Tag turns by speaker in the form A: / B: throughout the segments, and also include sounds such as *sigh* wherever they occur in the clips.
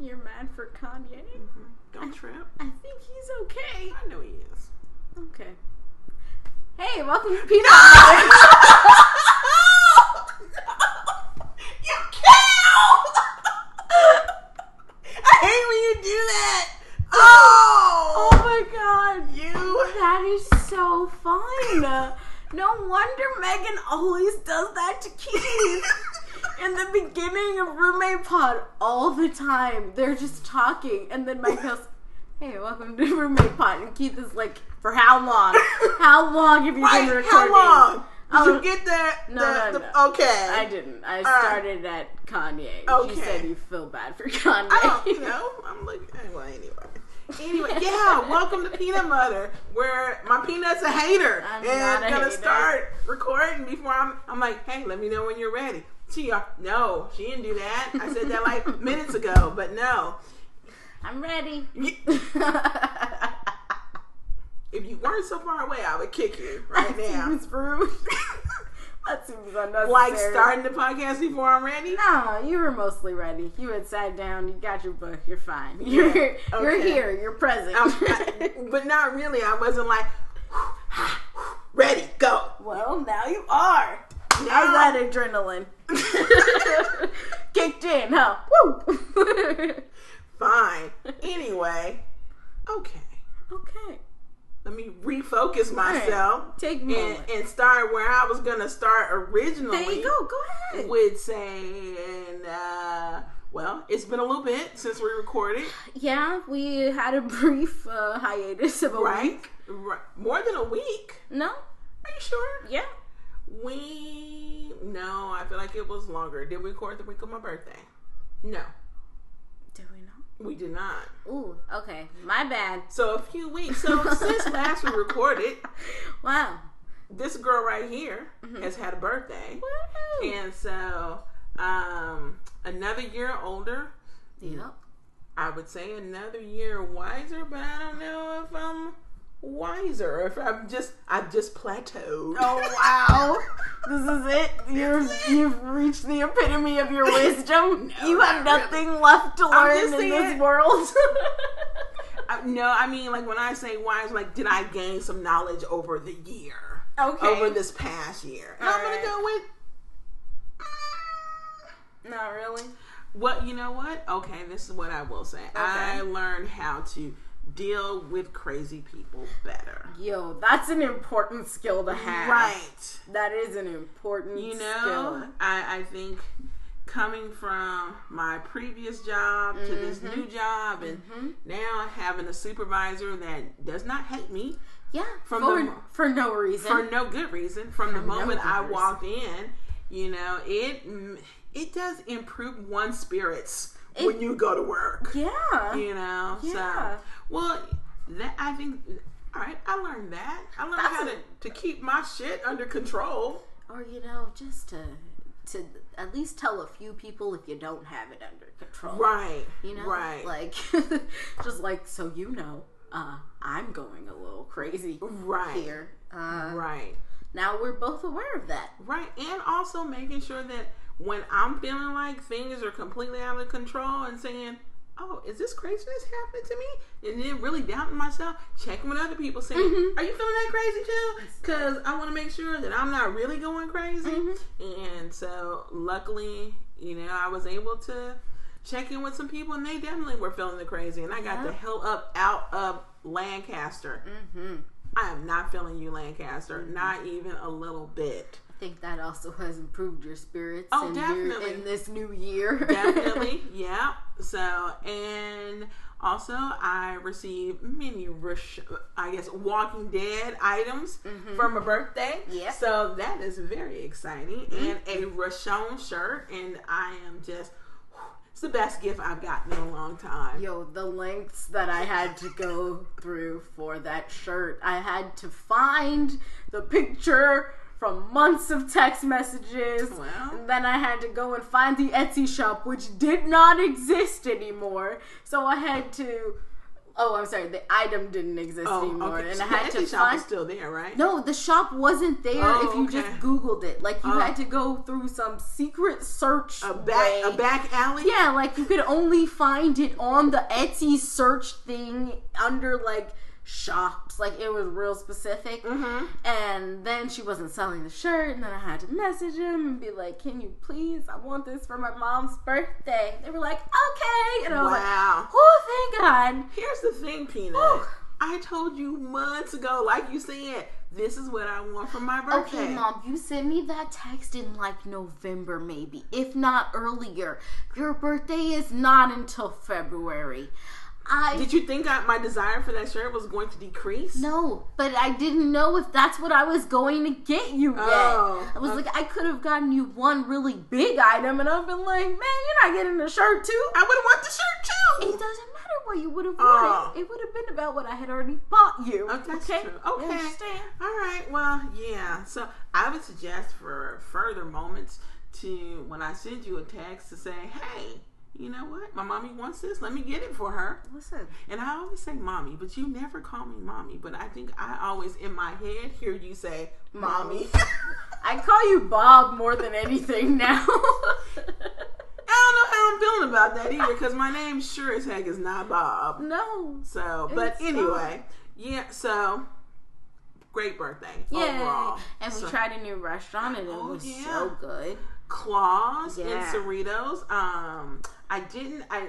A: You're mad for Kanye?
B: Don't trip.
A: I think he's okay.
B: I know he *laughs* is.
A: Okay. Hey, welcome to Peanut *laughs* Oh, Butter.
B: You
A: *laughs*
B: cow! I hate when you do that.
A: oh
B: Oh,
A: my
B: *laughs*
A: god.
B: you.
A: That is so fun. No wonder Megan always does that to Keith. *laughs* In the beginning of Roommate Pod, all the time, they're just talking, and then Mike goes, Hey, welcome to Roommate Pod. And Keith is like, For how long? How long have you been
B: Right,
A: recording?
B: how long? Did
A: Oh,
B: you get that?
A: no,
B: the,
A: no,
B: the-
A: no.
B: Okay.
A: I didn't. I started at Kanye.
B: Okay. Oh,
A: She said you feel bad for Kanye.
B: I don't know. I'm looking. Well, anyway. Anyway, yeah, welcome to Peanut Butter, where my peanut's a hater.
A: I'm
B: and
A: not a
B: I'm gonna
A: hater.
B: start recording before I'm I'm like, hey, let me know when you're ready. She uh, no, she didn't do that. I said that
A: *laughs*
B: like minutes ago, but no.
A: *laughs*
B: *laughs*
A: I'm ready.
B: You-
A: right
B: If you weren't so far away, I would kick
A: *laughs*
B: you right now.
A: That seems unnecessary.
B: like starting the podcast before I'm ready.
A: No, you were mostly ready. You had sat down. You got your book. You're fine. *laughs* You're you're
B: okay.
A: here. You're present. *laughs*
B: Um, I- but not really. I wasn't like *sighs* ready, go.
A: well, now you are. Now
B: Now-
A: that
B: *laughs*
A: adrenaline *laughs* kicked in, huh? Woo. *laughs*
B: Fine. Anyway, okay.
A: okay.
B: let me refocus
A: right.
B: myself
A: Take a
B: and,
A: moment.
B: and start where I was gonna start originally.
A: There you go. Go ahead.
B: With saying, uh, well, it's been a little bit since we recorded,
A: Yeah, we had a brief uh, hiatus of a
B: right?
A: week.
B: right? More than a week.
A: No.
B: Are you sure?
A: Yeah.
B: We no, I feel like it was longer. Did we record the week of my birthday? No,
A: Do we not?
B: we did not.
A: Ooh, okay. My bad.
B: So a few weeks. So since last we recorded,
A: Wow.
B: this girl right here
A: Mm-hmm.
B: has had a birthday.
A: Woo.
B: And so, um, another year older,
A: Yep.
B: I would say another year wiser, but I don't know if I'm wiser or if I'm just I've just plateaued. *laughs*
A: Oh wow! this is it. You've you've reached the epitome of your *laughs* wisdom. you have
B: not
A: nothing left to
B: I'm
A: learn
B: just
A: in this
B: saying-
A: *laughs* world.
B: I- no, I mean like when I say wise, like did I gain some knowledge over the year,
A: okay.
B: over this past year? And I'm gonna
A: Alright.
B: go with
A: Not really.
B: what you know. What okay, this is what I will say. I learned how to deal with crazy people better.
A: Yo, that's an important skill to have.
B: Right.
A: That is an important.
B: You know, I, I think coming from my previous job to this
A: Mm-hmm.
B: new job, and now having a supervisor that does not hate me
A: skill. Yeah.
B: From
A: for,
B: the-
A: for no reason.
B: for no good reason. From the
A: no
B: moment
A: good
B: I
A: reason.
B: walked in, you know, it mm, it does improve one's spirits when you go to work.
A: yeah.
B: You know,
A: Yeah.
B: so well, that I think. All right, I learned that. I learned
A: That's
B: how
A: a-
B: to, to keep my shit under control.
A: Or you know, just to to at least tell a few people if you don't have it under control.
B: Right.
A: You know,
B: Right.
A: like *laughs* just like so you know, uh, I'm going a little crazy *laughs*
B: right.
A: here. Uh,
B: Right.
A: now we're both aware of that.
B: Right. And also making sure that when I'm feeling like things are completely out of control and saying, Oh, is this craziness happening to me? And then really doubting myself, checking with other people, saying, Are you feeling that crazy too? Because I want to make sure that I'm not really going crazy. And so, luckily, you know, I was able to check in with some people, and they definitely were feeling the crazy. And I got the hell up out of Lancaster.
A: hmm
B: I am not feeling you, Lancaster, not even a little bit.
A: I think that also has improved your spirits.
B: Oh,
A: in your-
B: definitely.
A: in this new year, *laughs*
B: Definitely, yeah. So, and also, I received many, rush, I guess, Walking Dead items
A: Mm-hmm.
B: for my birthday.
A: Yep.
B: So that is very exciting, and a
A: Mm-hmm.
B: Rashawn shirt, and I am just. It's the best gift I've gotten in a long time.
A: Yo, the lengths that I had to go through for that shirt. I had to find the picture from months of text messages.
B: Wow.
A: And then I had to go and find the Etsy shop, which did not exist anymore. So I had to Oh, I'm sorry. The item didn't exist anymore, and I
B: Oh, So
A: had
B: the
A: to
B: Etsy shop
A: find.
B: is still there, right?
A: No, the shop wasn't there
B: Oh,
A: if you
B: okay.
A: just Googled it. Like you
B: Oh.
A: had to go through some secret search.
B: a back
A: way.
B: a back alley.
A: Yeah, like you could only find it on the Etsy search thing under like shops. Like it was real specific.
B: Mhm.
A: And then she wasn't selling the shirt, and then I had to message him and be like, "Can you please? I want this for my mom's birthday." They were like, "Okay," and I was like,
B: Wow.
A: "Oh, thank God."
B: Here's the thing, Peanut.
A: Whew.
B: I told you months ago, like you said, this is what I want for my birthday.
A: Okay, mom, you sent me that text in like November, maybe, if not earlier. Your birthday is not until February. I
B: Did you think I, my desire for that shirt was going to decrease?
A: No, but I didn't know if that's what I was going to get you yet.
B: Oh,
A: I was
B: okay.
A: like, I could have gotten you one really big item, and I've been like, man, you're not getting a shirt too.
B: I would want the shirt
A: It
B: too.
A: doesn't matter what you would have
B: Oh.
A: wanted. It would have been about what I had already bought you.
B: Okay, Oh, that's
A: Oh, okay?
B: true.
A: You
B: Okay.
A: understand?
B: All right. Well, yeah. So I would suggest for further moments to when I send you a text to say, hey, you know what? My mommy wants this. Let me get it for her.
A: Listen,
B: And I always say mommy, but you never call me mommy. But I think I always in my head hear you say mommy.
A: Mommy. *laughs* I call you Bob more than anything now. *laughs*
B: I don't know how I'm feeling about that either because my name sure as heck is not Bob.
A: no.
B: So, but
A: It's
B: anyway, yeah, so great birthday
A: Yay.
B: overall.
A: And we
B: So,
A: tried a new restaurant, and it
B: Oh,
A: was
B: yeah.
A: so good.
B: Claws and
A: Yeah.
B: Cerritos. Um, I didn't, I.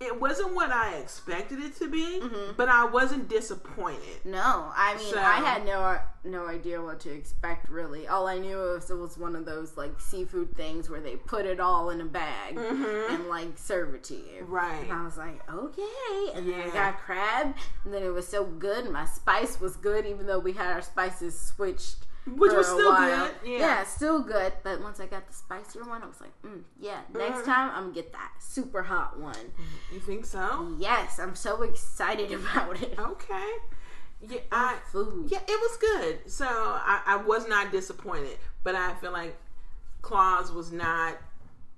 B: It wasn't what I expected it to be,
A: Mm-hmm.
B: but I wasn't disappointed.
A: No, I mean
B: So-
A: I had no no idea what to expect really. All I knew was it was one of those like seafood things where they put it all in a bag and like serve it to you.
B: Mm-hmm. Right.
A: And I was like, okay. And then I
B: Yeah.
A: got crab, and then it was so good. My spice was good, even though we had our spices switched.
B: Which
A: for
B: was
A: a
B: still
A: while.
B: good, yeah.
A: still good. But once I got the spicier one, I was like, mm, yeah,
B: Mm-hmm.
A: next time I'm gonna get that super hot one.
B: You think so?
A: Yes, I'm so excited *laughs* about it.
B: Okay. Yeah,
A: Oh,
B: I
A: Food.
B: yeah, it was good. So I, I was not disappointed, but I feel like Claus was not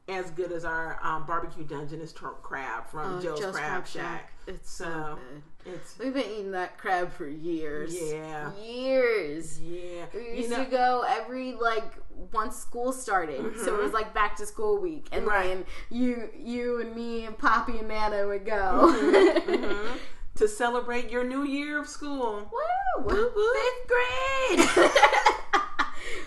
B: as good as our um, barbecue dungeness tr- crab from
A: Oh,
B: Joe's,
A: Joe's
B: Crab,
A: Crab
B: Shack. Oh.
A: Shack. It's so
B: so
A: good.
B: it's
A: We've been eating that crab for years.
B: Yeah.
A: Years.
B: yeah.
A: We
B: You
A: used
B: know,
A: to go every like once school started. So it was like back to school week. And
B: Mm-hmm. Right.
A: then you you and me and Poppy and Nana would go.
B: mhm, to celebrate your new year of school.
A: *laughs* Woo!
B: woo.
A: Fifth grade! *laughs*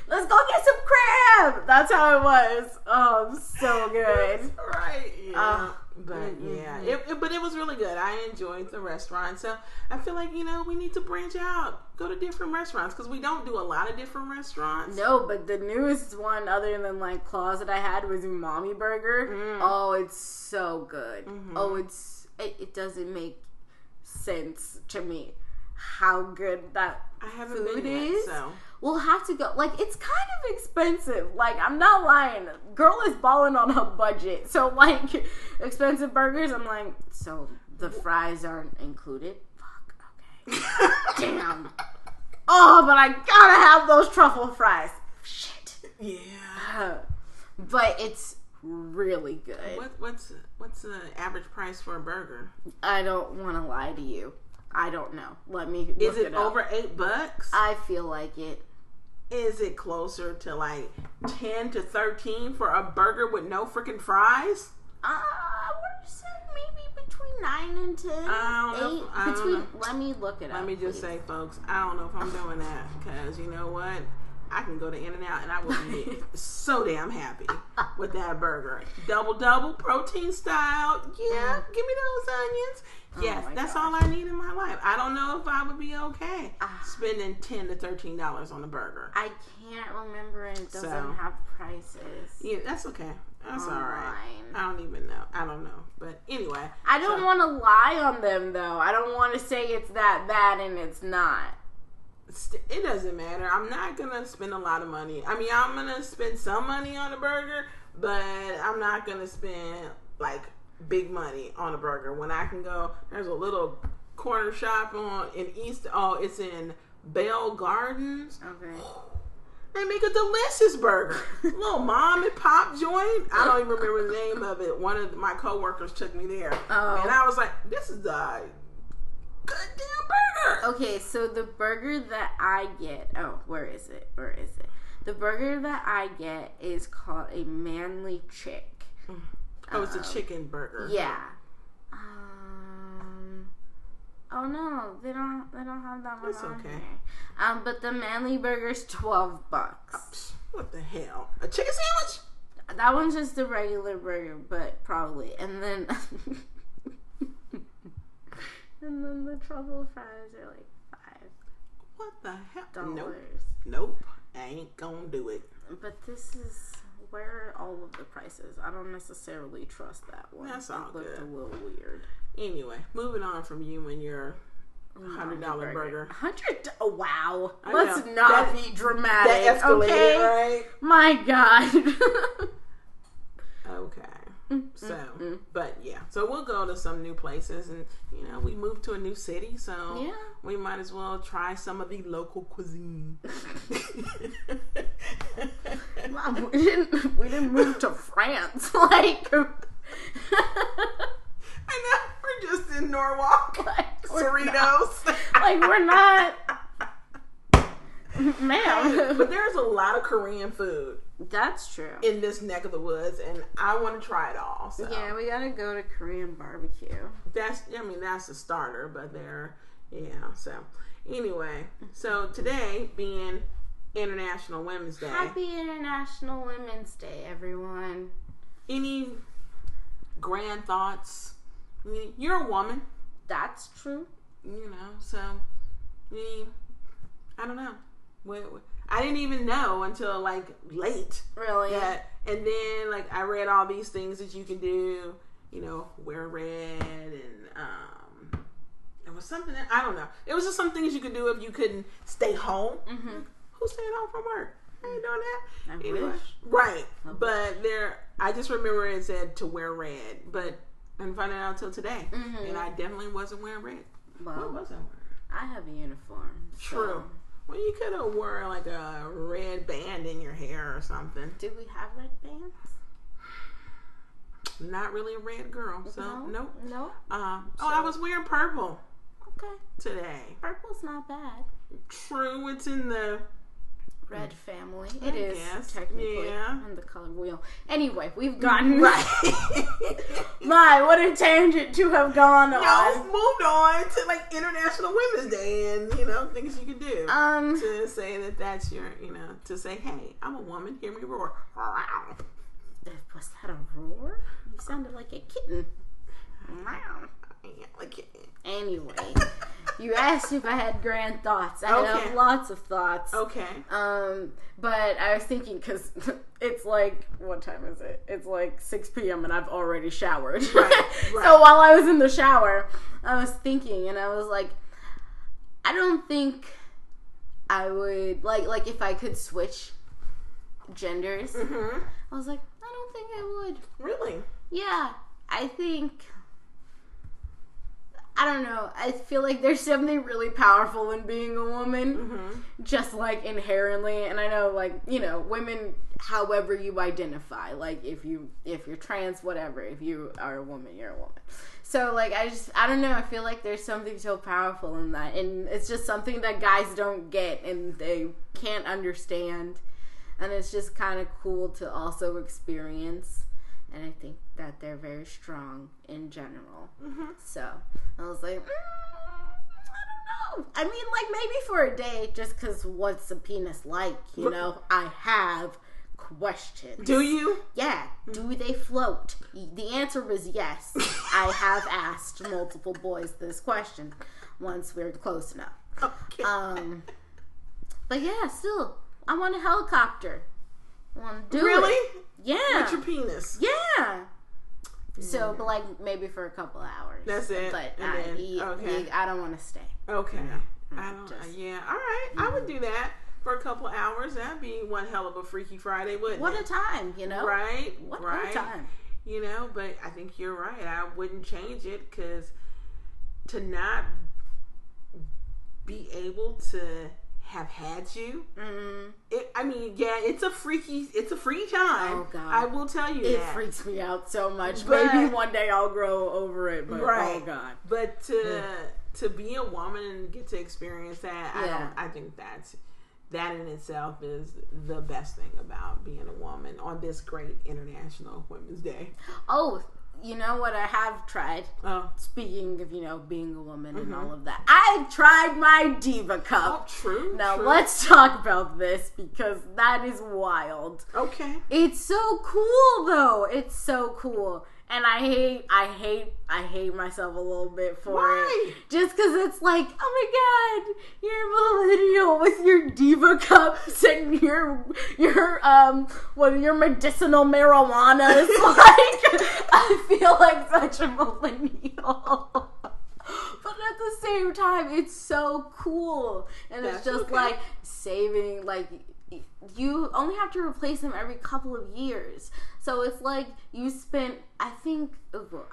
A: Let's go get some crab! That's how it was. Oh, it was so good.
B: Right. Yeah.
A: Uh,
B: but yeah, it, it- but it was really good. I enjoyed the restaurant, so I feel like you know we need to branch out, go to different restaurants because we don't do a lot of different restaurants.
A: No, but the newest one, other than like claws that I had, was Umami Burger. Oh, it's so good. Oh, it's it, it doesn't make sense to me how good that.
B: I haven't
A: Food
B: been yet,
A: is-
B: so
A: We'll have to go. Like it's kind of expensive. Like I'm not lying. Girl is balling on her budget. So *laughs* like expensive burgers. I'm like so the fries aren't included. Fuck. Okay. Damn. Oh, but I gotta have those truffle fries. Shit.
B: yeah.
A: Uh, *sighs* but it's really good.
B: What, what's what's the average price for a burger?
A: I don't want to lie to you. I don't know. Let me.
B: Is
A: look
B: it,
A: up.
B: over eight bucks?
A: I feel like it.
B: is it closer to like ten to thirteen for a burger with no freaking fries?
A: Uh, I would have said maybe between nine and ten.
B: I don't know.
A: eight.
B: I don't
A: between.
B: know.
A: Let me look it up.
B: Let me just say, folks, I don't know if I'm doing that because you know what? I can go to In and Out and I will be
A: *laughs*
B: so damn happy with that burger. Double double protein style. Yeah, give me those onions. Yes,
A: Mm. Oh my
B: that's
A: gosh.
B: all I need in my life. I don't know if I would be okay
A: Ah.
B: spending ten to thirteen dollars on a burger.
A: I can't remember. and It doesn't
B: So.
A: have prices.
B: Yeah, that's okay. That's
A: Oh
B: all right.
A: online.
B: I don't even know. I don't know. But anyway,
A: I don't
B: so-
A: want to lie on them though. I don't want to say it's that bad and it's not.
B: st- it doesn't matter. I'm not gonna spend a lot of money. I mean, I'm gonna spend some money on a burger, but I'm not gonna spend like big money on a burger when I can go. There's a little corner shop on in East. Oh, it's in Bell Gardens.
A: Okay.
B: They make a delicious burger. Little mom and pop joint. I don't even remember the name of it. One of my coworkers took me there.
A: Oh.
B: And I was like, this is a good damn burger.
A: Okay, so the burger that I get, oh, where is it? Where is it? The burger that I get is called a manly chick.
B: Oh, it's a chicken burger.
A: Yeah. Um. Oh no, they don't. They don't have that one.
B: That's
A: on
B: okay.
A: Here. Um, but the manly burger's twelve bucks.
B: Psh, What the hell? A chicken sandwich?
A: That one's just a regular burger, but probably. And then. *laughs* and then the truffle fries are like five
B: What the hell? Nope.
A: dollars.
B: Nope. I ain't gonna do it.
A: But this is where all of the prices. I don't necessarily trust that one.
B: That's all
A: it looked
B: good.
A: a little weird.
B: Anyway, moving on from you and your
A: Oh,
B: hundred dollar burger.
A: Hundred. do- Oh, wow.
B: I
A: Let's
B: know.
A: not
B: That-
A: be dramatic. okay.
B: right?
A: My God. *laughs* Mm,
B: Okay. So, but yeah, so we'll go to some new places, and you know, we moved to a new city, so
A: Yeah. *laughs*
B: we might as well try some of the local cuisine. *laughs*
A: Mom, we didn't. We didn't move to France. *laughs* Like.
B: I know we're just in Norwalk,
A: like we're not-
B: Cerritos.
A: like, we're not.
B: *laughs*
A: Ma'am,
B: but there's a lot of Korean food
A: that's true.
B: in this neck of the woods, and I want to try it all. So
A: Yeah, we gotta go to Korean barbecue.
B: that's I mean that's a starter, but there, yeah. So anyway, so today being International Women's Day,
A: Happy International Women's Day, everyone.
B: any grand thoughts? I mean, you're a woman,
A: That's true.
B: you know, so any, I don't know. What, I didn't even know until like late
A: Really?
B: that, and then like I read all these things that you can do, you know, wear red and um, it was something that, I don't know. It was just some things you could do if you couldn't stay home.
A: Mhm.
B: Who's staying home from work? I ain't doing that.
A: I
B: Anyway,
A: wish.
B: right? But there, I just remember it said to wear red, but I didn't find it out till today,
A: Mhm.
B: and I definitely wasn't wearing red. What
A: Well,
B: was I wearing?
A: I have a uniform. so-
B: True. Well, you could have wore like a red band in your hair or something.
A: Do we have red bands?
B: Not really a red girl, so nope.
A: No.
B: Um, oh, I was wearing purple
A: Okay.
B: today.
A: Purple's not bad.
B: True, it's in the
A: Red family. It is
B: Mm. guess,
A: technically
B: yeah. Mm-hmm.
A: on the color wheel. Anyway,
B: *laughs*
A: we've gotten *laughs*
B: right.
A: My, what a tangent to have gone
B: no,
A: on.
B: moved on to like International Women's Day, and you know things you can do
A: Um.
B: to say that that's your, you know, to say, hey, I'm a woman, hear me roar. *laughs*
A: Was that a roar? You sounded like a kitten. Wow. Anyway, you asked if I had grand thoughts. I
B: Okay.
A: have lots of thoughts.
B: Okay.
A: Um, but I was thinking because *laughs* it's like what time is it? It's like six p.m. and I've already showered. *laughs* so
B: right.
A: while I was in the shower, I was thinking, and I was like, I don't think I would like like if I could switch genders.
B: hmm
A: I was like, I don't think I would.
B: Really?
A: Yeah, I think. I don't know. I feel like there's something really powerful in being a woman
B: Mm-hmm.
A: just like inherently and i know like you know women however you identify like if you if you're trans whatever if you are a woman you're a woman so like i just i don't know i feel like there's something so powerful in that and it's just something that guys don't get and they can't understand and it's just kind of cool to also experience and i think that they're very strong in general
B: Mhm.
A: so i was like mm, i don't know i mean like maybe for a day just because what's a penis like you know i have questions
B: Do you?
A: yeah
B: Mm-hmm.
A: do they float the answer was yes i have asked multiple boys this question once we're close enough
B: Okay.
A: um, but yeah, still, I want a helicopter. I want to do
B: really?
A: it. Yeah,
B: It's your penis.
A: yeah. So, but like maybe for a couple hours.
B: Mm. That's it,
A: But
B: and
A: I,
B: then-
A: e-
B: okay.
A: e- I don't want to stay.
B: Okay. I don't.
A: just- mm-hmm.
B: yeah. All right. I would do that for a couple hours. That'd be one hell of a freaky Friday, wouldn't
A: What
B: it?
A: a time, you know?
B: right.
A: What
B: right.
A: a time.
B: You know. But I think you're right. I wouldn't change it because to not be able to have had you.
A: Mm.
B: It, I mean, yeah, it's a freaky, it's a freaky time.
A: Oh, God.
B: I will tell you
A: It
B: that.
A: freaks me out so much.
B: But-
A: Maybe one day I'll grow over it, but oh
B: Right.
A: god.
B: But to to be a woman and get to experience that, I
A: Mm. Yeah.
B: don't. I think that's that in itself is the best thing about being a woman on this great International Women's Day.
A: Oh, you know what I have tried?
B: Oh,
A: Speaking of, you know, being a woman and all of that. I've tried my diva
B: Mm-hmm. oh
A: cup.
B: true.
A: Now
B: true.
A: let's talk about this because that is wild.
B: Okay.
A: It's so cool though. It's so cool. And I hate I hate I hate myself a little bit for
B: Why?
A: it. Just cuz it's like, "Oh my god, you're a millennial with your diva cups and your your um what your medicinal marijuana." It's *laughs* like I feel like such a millennial. *laughs* But at the same time, it's so cool. And it's
B: That's
A: just
B: okay.
A: like saving like you only have to replace them every couple of years so it's like you spent i think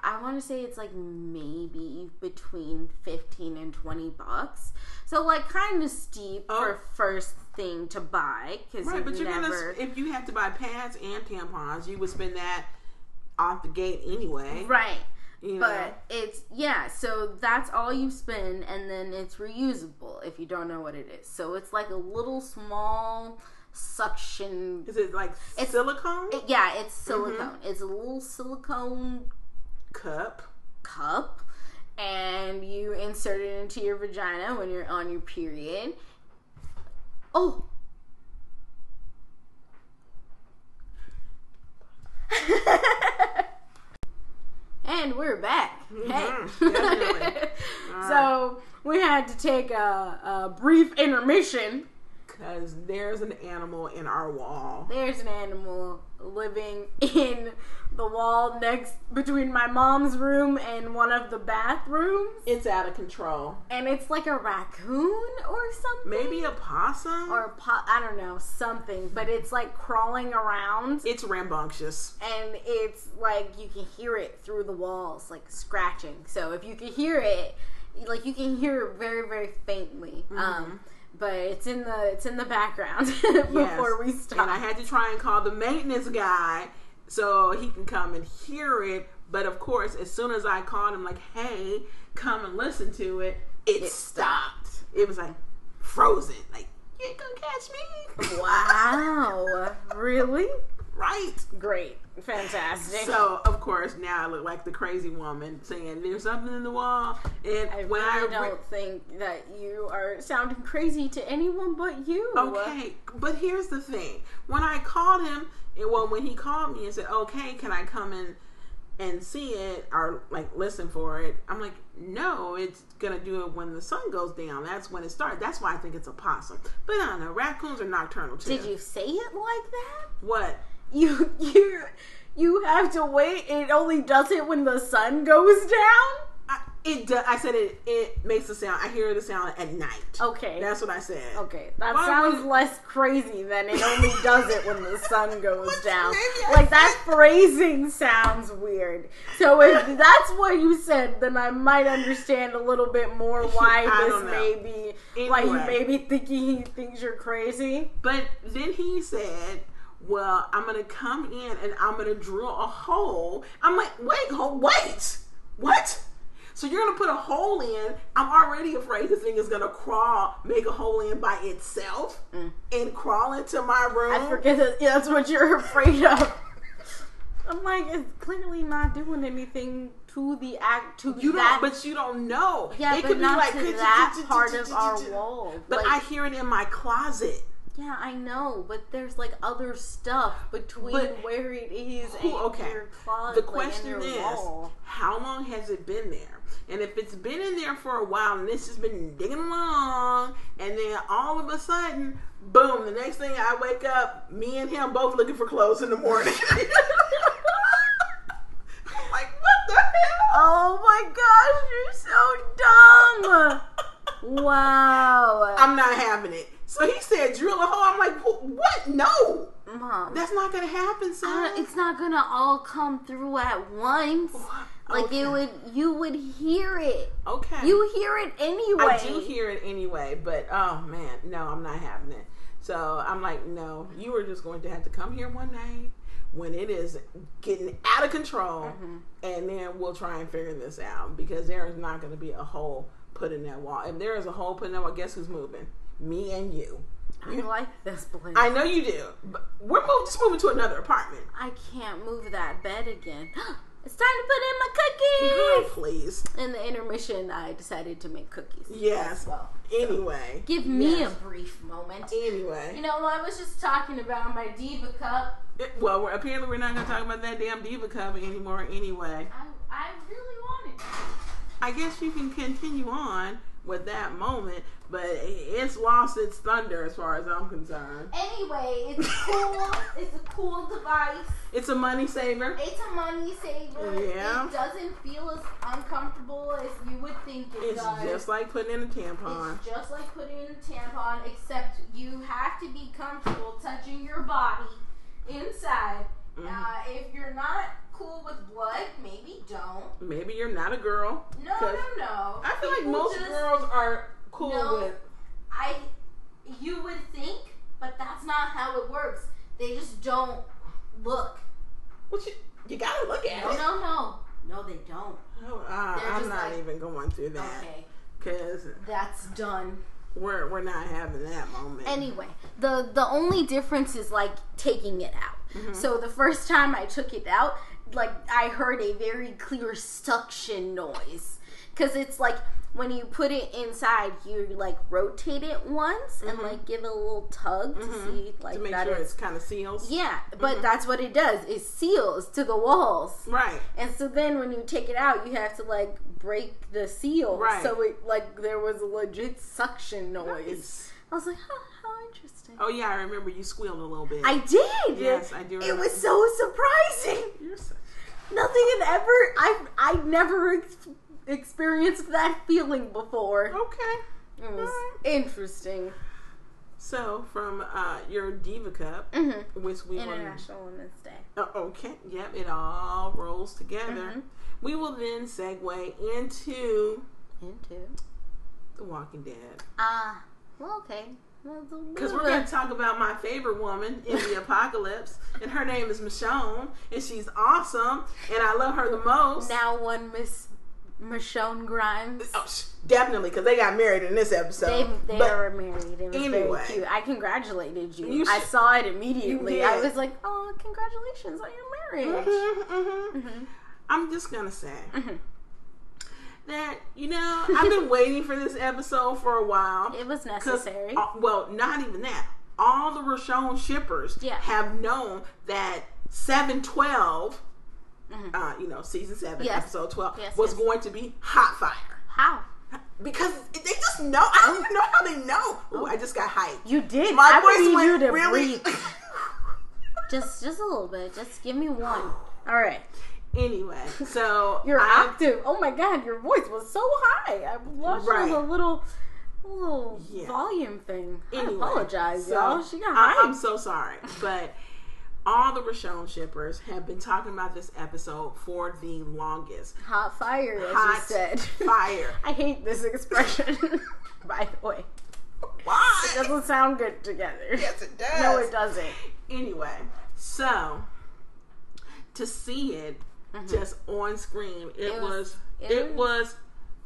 A: i want to say it's like maybe between 15 and 20 bucks so like kind of steep for
B: Oh.
A: first thing to buy because
B: Right, but you're
A: never
B: gonna if you have to buy pads and tampons, you would spend that off the gate anyway.
A: right
B: you know?
A: but it's yeah so that's all you spend and then it's reusable if you don't know what it is so it's like a little small suction
B: is it like
A: It's-
B: silicone
A: It- yeah, it's silicone. It's a little silicone
B: cup?
A: cup, and you insert it into your vagina when you're on your period. Oh. *laughs* and we're back.
B: Mhm,
A: Hey. *laughs*
B: definitely.
A: so we had to take a, a brief intermission.
B: Because there's an animal in our wall.
A: there's an animal living in the wall next between my mom's room and one of the bathrooms
B: It's out of control.
A: and it's like a raccoon or something
B: Maybe a possum.
A: or a po- i don't know something but it's like crawling around
B: it's rambunctious.
A: and it's like you can hear it through the walls like scratching so if you can hear it like you can hear it very very faintly
B: Mm-hmm.
A: um but it's in the it's in the background *laughs* before we stop
B: And I had to try and call the maintenance guy so he can come and hear it. But of course, as soon as I called him, like, hey, come and listen to it, it, stopped. It was like frozen. Like, you ain't gonna catch
A: *laughs*
B: me.
A: Wow. *laughs* really?
B: right.
A: Great. Fantastic.
B: So of course now I look like the crazy woman saying there's something in the wall, and
A: I
B: when
A: really
B: I re-
A: don't think that you are sounding crazy to anyone but you.
B: Okay, but here's the thing. When I called him, and well, when he called me and said, "Okay, can I come in and see it or like listen for it?" I'm like, "No, it's gonna do it when the sun goes down. That's when it starts. That's why I think it's a possum. But I don't know. Raccoons are nocturnal too.
A: Did you say it like that?
B: What?
A: You you you have to wait. It only does it when the sun goes down.
B: I, it. Do, I said it. It makes a sound. I hear the sound at night.
A: Okay.
B: That's what I said.
A: Okay, that
B: Why
A: sounds
B: would-
A: less crazy than it
B: *laughs*
A: only does it when the sun goes
B: Which
A: down.
B: maybe I
A: Like that phrasing sounds weird. So if that's what you said, then I might understand a little bit more
B: *laughs*
A: why
B: I
A: this
B: don't know.
A: may be why you may
B: Anyway.
A: be thinking he thinks you're crazy.
B: But then he said, "Well, I'm gonna come in and I'm gonna drill a hole." I'm like, "Wait, ho- wait, what?" So you're gonna put a hole in? I'm already afraid this thing is gonna crawl, make a hole in by itself, and crawl into my room.
A: Mm. I forget that yeah, that's what you're *laughs* afraid of. I'm like, it's clearly not doing anything to the act to
B: You
A: that.
B: don't, but you don't know.
A: yeah,
B: it
A: but
B: could
A: not
B: be like
A: to that part of our wall.
B: But
A: Like-
B: I hear it in my closet.
A: Yeah, I know, but there's like other stuff between
B: But
A: where it is
B: Who-
A: and
B: okay.
A: your closet.
B: The
A: like,
B: question
A: and your
B: is,
A: wall. *laughs*
B: how long has it been there? And if it's been in there for a while and this has been digging along, and then all of a sudden, boom, the next thing I wake up, me and him both looking for clothes in the morning. *laughs* I'm like, what the hell?
A: Oh my gosh, you're so dumb! wow.
B: I'm not having it. So he said, drill a hole. I'm like, wh- what? No.
A: mom.
B: That's not gonna happen,
A: I
B: son.
A: don't- Uh, it's not gonna all come through at once. Like
B: okay.
A: it would, you would hear it.
B: Okay.
A: You hear it anyway.
B: I do hear it anyway, but oh man, no, I'm not having it. So I'm like, no, you are just going to have to come here one night when it is getting out of control,
A: Mm-hmm.
B: and then we'll try and figure this out because there is not going to be a hole put in that wall. If there is a hole put in that wall, guess who's moving? Me and you.
A: I like this place.
B: I know you do, but we're move, just moving to another apartment.
A: I can't move that bed again. *gasps* it's time to put in my cookies.
B: Girl, please.
A: In the intermission, I decided to make cookies.
B: Yes.
A: Well,
B: Anyway.
A: give me
B: Yes.
A: a brief moment. You
B: Anyway.
A: know, I was just talking about my diva cup.
B: Well, we're, apparently we're not going to talk about that damn diva cover anymore. Anyway.
A: I, I really wanted.
B: I guess you can continue on with that moment, but it's lost its thunder as far as I'm concerned.
A: Anyway, it's
B: *laughs*
A: cool. it's a cool device.
B: It's a money saver.
A: It's a money saver.
B: Yeah.
A: It doesn't feel as uncomfortable as you would think it
B: It's
A: does.
B: just like putting in a tampon.
A: it's just like putting in a tampon, except you have to be comfortable touching your body inside.
B: Mm-hmm.
A: Uh, if you're not cool with blood, maybe don't.
B: Maybe you're not a girl.
A: No, no,
B: 'Cause
A: no.
B: I feel like
A: People
B: most
A: just-
B: girls are cool
A: No.
B: with.
A: I, you would think, but that's not how it works. They just don't look.
B: What you you gotta look at
A: No,
B: it.
A: no, no. No, they don't.
B: Oh, uh,
A: They're
B: I'm
A: just
B: not
A: like-
B: even going through that
A: Okay,
B: because
A: that's done.
B: we're we're not having that moment.
A: Anyway, the the only difference is like taking it out.
B: Mm-hmm.
A: So the first time I took it out, like I heard a very clear suction noise cuz it's like when you put it inside, you like rotate it once and like give it a little tug to see
B: Mm-hmm.
A: like
B: to make
A: that
B: sure
A: it's-
B: it's kind of seals.
A: yeah, but
B: Mm-hmm.
A: that's what it does. It seals to the walls.
B: Right.
A: And so then when you take it out, you have to like break the seal.
B: Right.
A: So it like there was a legit suction noise.
B: Nice.
A: I was like, huh, how interesting.
B: Oh yeah, I remember you squealed a little bit.
A: I did.
B: Yes, I do
A: It
B: remember.
A: was so surprising.
B: You're so-
A: Nothing had ever. I I never ex- experienced that feeling before.
B: okay.
A: It was
B: Mm-hmm.
A: interesting.
B: So, from uh, your Diva Cup, which we will.
A: Mm-hmm. International Women's Day.
B: Uh, okay, yep, it all rolls together.
A: Mm-hmm.
B: We will then segue into
A: Into.
B: The Walking Dead.
A: Ah. well, okay. Because
B: Because we're going to talk about my favorite woman in
A: *laughs*
B: the apocalypse, and her name is Michonne, and she's awesome, and I love her the most.
A: now one Miss Michonne Grimes.
B: Oh, sh- definitely, because they got married in this
A: They,
B: episode. *laughs*
A: they
B: But-
A: are married. It was
B: anyway.
A: very cute. I congratulated you.
B: You
A: I
B: should-
A: saw it immediately.
B: You
A: I
B: did.
A: was like, "Oh, congratulations on your marriage!"
B: Mhm, mhm.
A: Mm-hmm.
B: I'm just gonna say that you know I've been waiting for this episode for a while.
A: It was
B: 'cause,
A: necessary.
B: uh, well, not even that. All the Rashawn shippers
A: Yeah.
B: have known that seven uh, you know, season seven,
A: Mm-hmm. Yes.
B: episode twelve,
A: Yes,
B: was
A: yes.
B: going to be hot fire
A: How?
B: because they just know. I don't even know how they know. Ooh, I just got hyped.
A: You did.
B: My
A: Oh. I would
B: voice
A: need
B: went
A: you to
B: really.
A: breathe.
B: *laughs*
A: Just, just a little bit. Just give
B: *gasps*
A: me one. All right.
B: anyway, so
A: Your
B: I-
A: octave. Oh my God, your voice was so high. I lost
B: Right.
A: the little, little
B: Yeah.
A: volume thing. I
B: Anyway,
A: apologize,
B: so,
A: y'all. She got
B: I,
A: high.
B: am so sorry, but all the Rashawn shippers have been talking about this episode for the longest.
A: Hot fire, as
B: Hot
A: you said.
B: fire.
A: *laughs* I hate this expression. *laughs* By the way,
B: Why?
A: it doesn't sound good together.
B: Yes, it does.
A: *laughs* No, it doesn't.
B: Anyway, so to see it just on screen, Mm-hmm. it,
A: It
B: was,
A: was-
B: it
A: it
B: was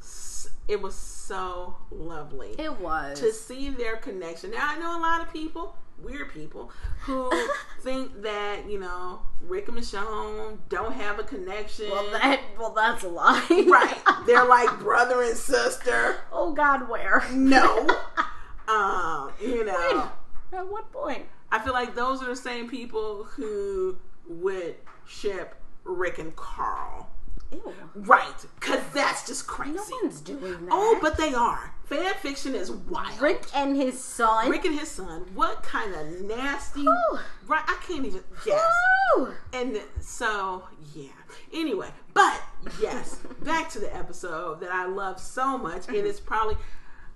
B: s- it was so lovely.
A: It was.
B: to see their connection. Now I know a lot of people, weird people, who *laughs* think that you know Rick and Michonne don't have a connection.
A: well, that well, that's a lie. *laughs*
B: right? They're like brother and sister.
A: oh God, where? *laughs*
B: No, um, you know.
A: At what point?
B: I feel like those are the same people who would ship Rick and Carl.
A: Ew.
B: Right, because that's just crazy.
A: No one's doing that.
B: oh, but they are. Fan fiction is wild.
A: Rick and his son.
B: Rick and his son. What kind of nasty?
A: Whew.
B: Right, I can't even. Yes.
A: Woo!
B: And so, yeah. Anyway,
A: Mm-hmm.
B: but yes, back to the episode that I love so much, and it's probably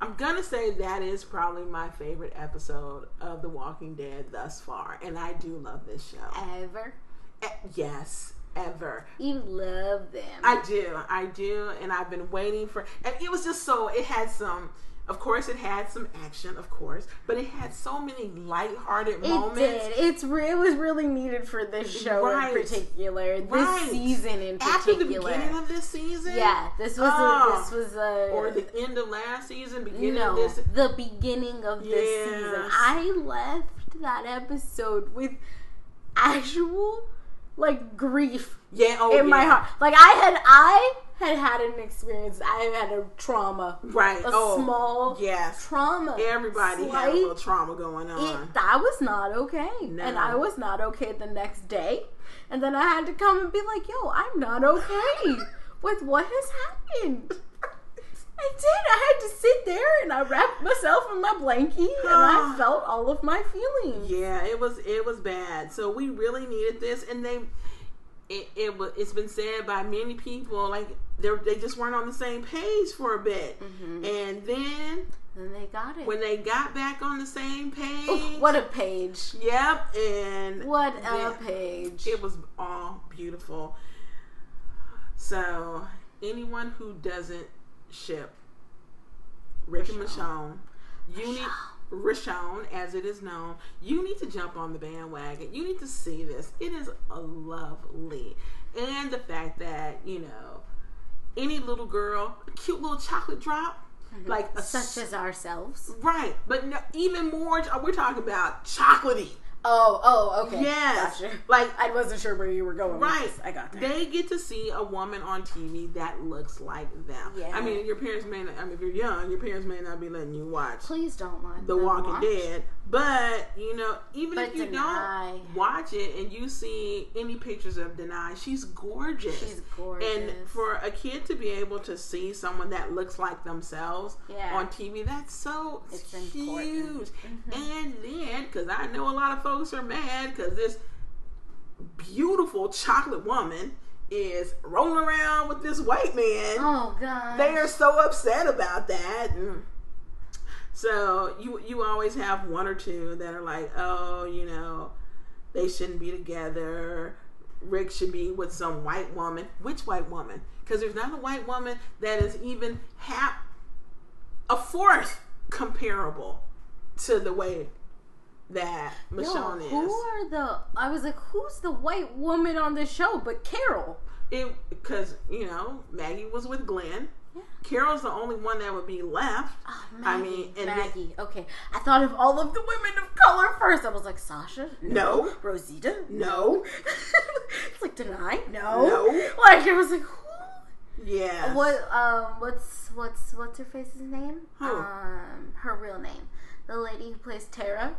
B: I'm gonna say that is probably my favorite episode of The Walking Dead thus far, and I do love this show.
A: Ever.
B: E- yes, ever.
A: You love them.
B: I do, I do, and I've been waiting for. And it was just so. It had some. Of course, it had some action, of course, but it had so many lighthearted
A: it
B: moments.
A: did. It's re- it was really needed for this show
B: Right.
A: in particular, this
B: Right.
A: season in
B: After the
A: particular.
B: beginning of this season,
A: yeah, this was
B: Oh.
A: a, this was a
B: or the end of last season, beginning
A: no
B: of this.
A: the beginning of this season.
B: Yes.
A: I left that episode with actual like grief
B: Yeah, oh,
A: in my
B: yeah.
A: heart. Like I had I had had an experience. I had a trauma,
B: right?
A: a
B: oh,
A: small
B: yes.
A: trauma.
B: Everybody had a
A: Slight-
B: little trauma going on.
A: it, I was not okay. And I was not okay the next day. And then I had to come and be like, yo, I'm
B: *laughs*
A: not okay with what has happened. I did. I had to sit there and I wrapped myself in my blankie and
B: *gasps*
A: I felt all of my feelings.
B: Yeah, it was it was bad. So we really needed this, and they it it was it's been said by many people like they they just weren't on the same page for a bit,
A: Mm-hmm.
B: and then
A: And they got it.
B: Mm-hmm. when they got back on the same page,
A: Oh, what a page.
B: Yep, and
A: What a
B: Yeah.
A: page.
B: it was all beautiful. So anyone who doesn't ship Rick and Michonne, you need Rishon as it is known, you need to jump on the bandwagon. You need to see this. It is a lovely. And the fact that, you know, any little girl, a cute little chocolate drop, like a
A: Such as ourselves.
B: right, but no, even more we're talking about chocolatey.
A: Oh, oh, okay.
B: Yes.
A: Gotcha.
B: Like
A: I wasn't sure where you were going. with
B: Right.
A: this. I got that.
B: They get to see a woman on TV that looks like them.
A: Yeah.
B: I mean, your parents may not, I mean, if you're young, your parents may not be letting you watch
A: Please don't let
B: The
A: them
B: Walking
A: watch.
B: Dead, but, you know, even
A: But
B: if you
A: Denai-
B: don't watch it and you see any pictures of Denai, she's gorgeous.
A: She's gorgeous.
B: And for a kid to be able to see someone that looks like themselves
A: Yeah.
B: on TV, that's so
A: It's
B: huge.
A: important. Mm-hmm.
B: And then, because I know a lot of folks are mad because this beautiful chocolate woman is rolling around with this white man.
A: Oh god.
B: They are so upset about that. Mm. So you you always have one or two that are like, oh, you know, they shouldn't be together. Rick should be with some white woman. Which white woman? Because there's not a white woman that is even half a fourth comparable to the way that
A: No,
B: Michonne is.
A: who are the? I was like, who's the white woman on the show? But Carol.
B: it because you know Maggie was with Glenn.
A: Yeah.
B: Carol's the only one that would be left.
A: Oh, Maggie,
B: I mean, and then-
A: Maggie. okay, I thought of all of the women of color first. I was like, Sasha.
B: No.
A: Rosita.
B: No.
A: *laughs* it's like Denai. No.
B: No.
A: Like I was like, who?
B: Yeah.
A: What? Um. What's what's what's her face's name?
B: Who?
A: Um. Her real name. The lady who plays Tara.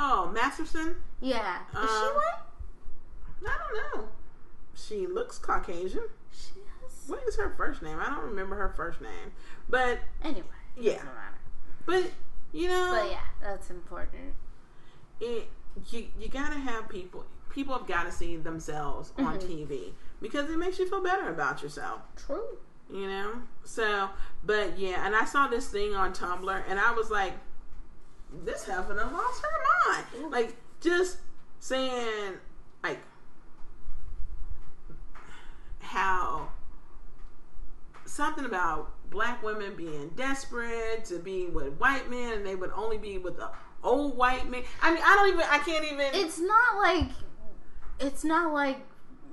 B: Oh, Masterson?
A: Yeah. Is she
B: Um,
A: white?
B: I don't know. She looks Caucasian.
A: She is.
B: What is her first name? I don't remember her first name. But
A: Anyway.
B: yeah.
A: Doesn't matter.
B: But you know,
A: But yeah, that's important.
B: it, you you gotta have people. People have got to see themselves on TV because it makes you feel better about yourself.
A: True.
B: you know so but yeah and i saw this thing on tumblr and i was like this heifer done lost her mind like just saying like how something about black women being desperate to be with white men and they would only be with the old white men i mean i don't even i can't even
A: It's not like it's not like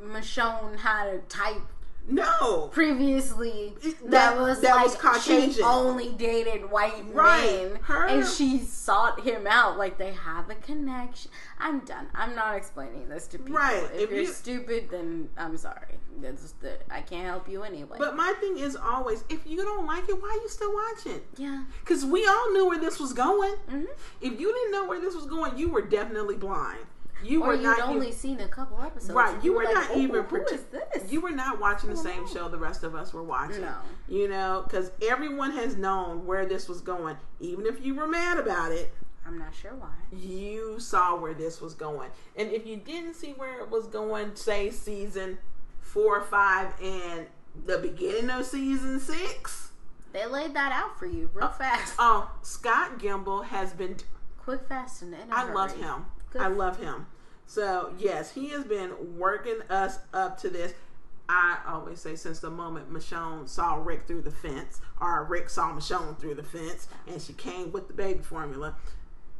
A: Michonne had a type
B: no
A: previously
B: It-
A: that,
B: that-
A: was
B: that
A: like
B: was
A: she
B: Caucasian.
A: only dated white
B: Right.
A: men
B: Her-
A: and she sought him out like they have a connection. I'm done. I'm not explaining this to people.
B: Right.
A: If,
B: If
A: you're
B: you-
A: stupid, then I'm sorry. That's the, I can't help you anyway.
B: but my thing is always if you don't like it why are you still watching
A: yeah.
B: Because we all knew where this was going.
A: Mhm.
B: If you didn't know where this was going, you were definitely blind. You
A: Or
B: were
A: you'd
B: not
A: only
B: even,
A: seen a couple episodes.
B: Right,
A: and
B: you
A: were
B: were not
A: like, "Ooh,
B: even
A: Who
B: partic-
A: is this?
B: you were not watching the same
A: no.
B: show the rest of us were watching.
A: No.
B: You know, because everyone has known where this was going. Even if you were mad about it,
A: I'm not sure why.
B: you saw where this was going. And if you didn't see where it was going, say season four or five and the beginning of season six,
A: They laid that out for you real fast.
B: Oh, Scott Gimble has been.
A: Quick, fast, and in a
B: I love
A: hurry.
B: him.
A: Good.
B: I love him. So yes, he has been working us up to this. I always say since the moment Michonne saw Rick through the fence, or Rick saw Michonne through the fence, and she came with the baby formula.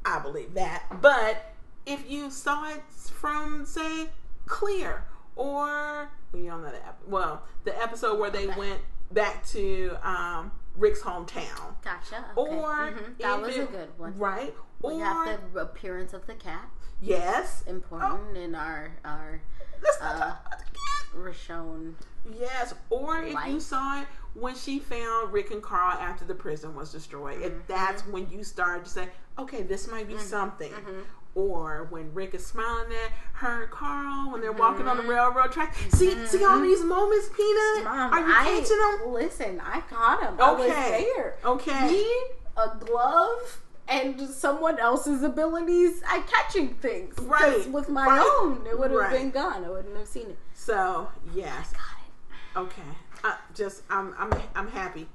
B: I believe that. But if you saw it from, say, Clear or well, you don't know the ep- well the episode where they went back to um, Rick's hometown,
A: Gotcha. Okay.
B: or
A: Mhm. that
B: if
A: was
B: it-
A: a good one.
B: right?
A: We
B: or
A: have the appearance of the cat.
B: yes,
A: Important
B: Oh.
A: in our our
B: Let's not
A: Uh,
B: talk about the cat.
A: Rashon.
B: Yes, or if you
A: Life.
B: saw it when she found Rick and Carl after the prison was destroyed,
A: Mm-hmm.
B: if that's when you started to say, okay, this might be something.
A: Mm-hmm.
B: Or when Rick is smiling at her and Carl when they're walking
A: Mm-hmm.
B: on the railroad track. See, see all these moments, Peanut.
A: Mom,
B: Are you
A: I,
B: catching them?
A: Listen, I caught him. I was
B: Okay.
A: there.
B: Okay.
A: Me, a glove, and someone else's abilities at catching things. 'Cause
B: Right.
A: With my
B: Right.
A: own, it would have
B: Right.
A: been gone. I wouldn't have seen it.
B: So yes,
A: Got it.
B: okay. I just I'm I'm I'm happy.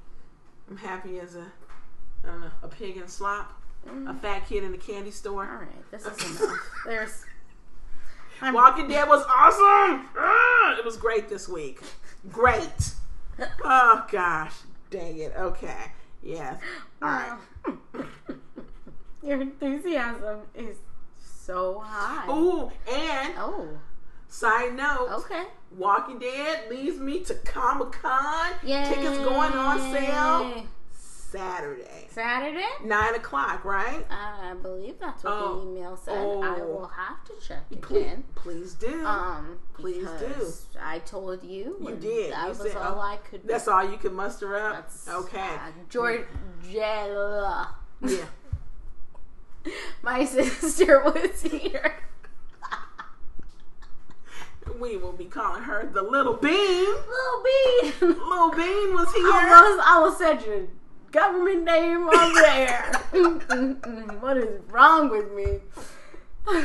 B: I'm happy as a I don't know a pig in slop,
A: Mm-hmm.
B: a fat kid in the candy store.
A: All right, this is enough.
B: *laughs*
A: There's. I'm-
B: Walking Dead was awesome. Ah, it was great this week. Great. Oh gosh, dang it. Okay. Yes. All right.
A: *laughs* Your enthusiasm is so high.
B: Ooh, and
A: Oh,
B: side note,
A: okay.
B: Walking Dead leads me to Comic Con.
A: Yay.
B: Tickets going on sale Saturday,
A: Saturday?
B: nine o'clock. Right?
A: I believe that's what
B: Oh.
A: the email said. I
B: Oh.
A: will have to check
B: Please,
A: again.
B: please do.
A: Um,
B: Please do.
A: because I told you.
B: You
A: and
B: did.
A: That
B: You
A: was
B: said,
A: all
B: oh,
A: I could.
B: That's all you can muster up.
A: that's-
B: okay.
A: Uh, Georgia.
B: yeah.
A: *laughs* My sister was here. *laughs*
B: We will be calling her the little bean.
A: Little Bean. *laughs*
B: Little Bean was here.
A: Almost, I will set your government name on there. Mm,
B: *laughs*
A: mm, *laughs* mm. what is wrong with me?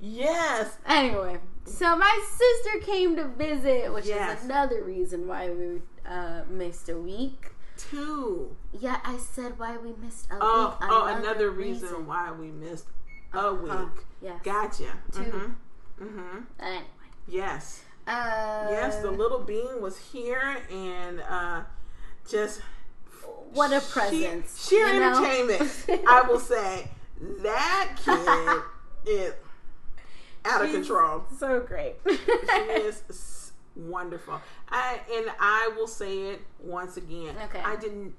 B: Yes.
A: *laughs* Anyway, so my sister came to visit, which
B: Yes.
A: is another reason why we uh, missed a week.
B: Two.
A: Yeah, I said why we missed a
B: Oh,
A: week.
B: oh, another reason, why we missed a week.
A: Yes.
B: Gotcha.
A: Two.
B: Mm-hmm. Mm-hmm.
A: anyway.
B: Yes.
A: Uh,
B: yes, the little bean was here and uh just
A: what a
B: sheer-
A: presence.
B: Sheer,
A: you know? *laughs*
B: entertainment. I will say that kid is out of
A: She's-
B: control. *laughs*
A: So great.
B: It is s- *laughs* wonderful. I and I will say it once again.
A: Okay.
B: I didn't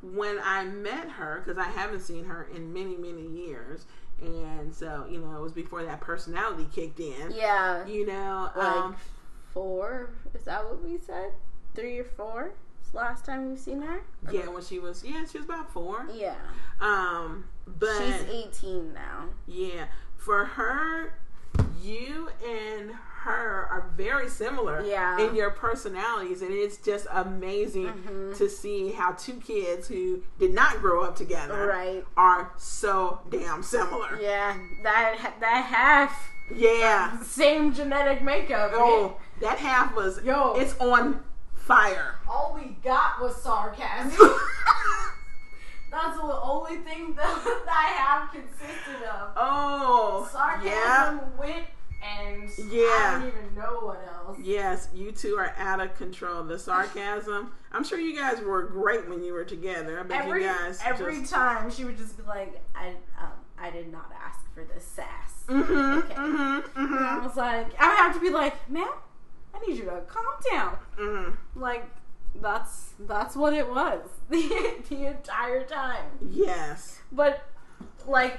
B: when I met her because I haven't seen her in many many years, and so you know it was before that personality kicked in.
A: *laughs* yeah.
B: You know,
A: Like
B: um,
A: four. Is that what we said? Three or four? is the Last time we've seen her?
B: yeah, when she was yeah she was about four.
A: Yeah.
B: Um, but
A: She's 18 now.
B: yeah, for her. You and her are very similar
A: Yeah.
B: in your personalities, and it's just amazing
A: Mm-hmm.
B: to see how two kids who did not grow up together
A: Right.
B: are so damn similar.
A: Yeah, that that half Um,
B: Yeah.
A: same genetic makeup.
B: Oh, that half was
A: Yo.
B: it's on fire. *laughs*
A: All we got was sarcasm. That's the only thing *laughs* that, I have consisted of.
B: oh.
A: Sarcasm,
B: Yeah.
A: wit, and I
B: Yeah.
A: don't even know what else.
B: Yes, you two are out of control. The sarcasm. I'm sure you guys were great when you were together. I bet
A: Every
B: you guys
A: every
B: just
A: time she would just be like, I um, I did not ask for this sass.
B: Mhm,
A: Okay.
B: mhm,
A: And
B: mhm,
A: I was like, I would have to be like, ma'am, I need you to calm down.
B: mhm.
A: Like that's that's what it was *laughs* the, the entire time.
B: Yes.
A: but like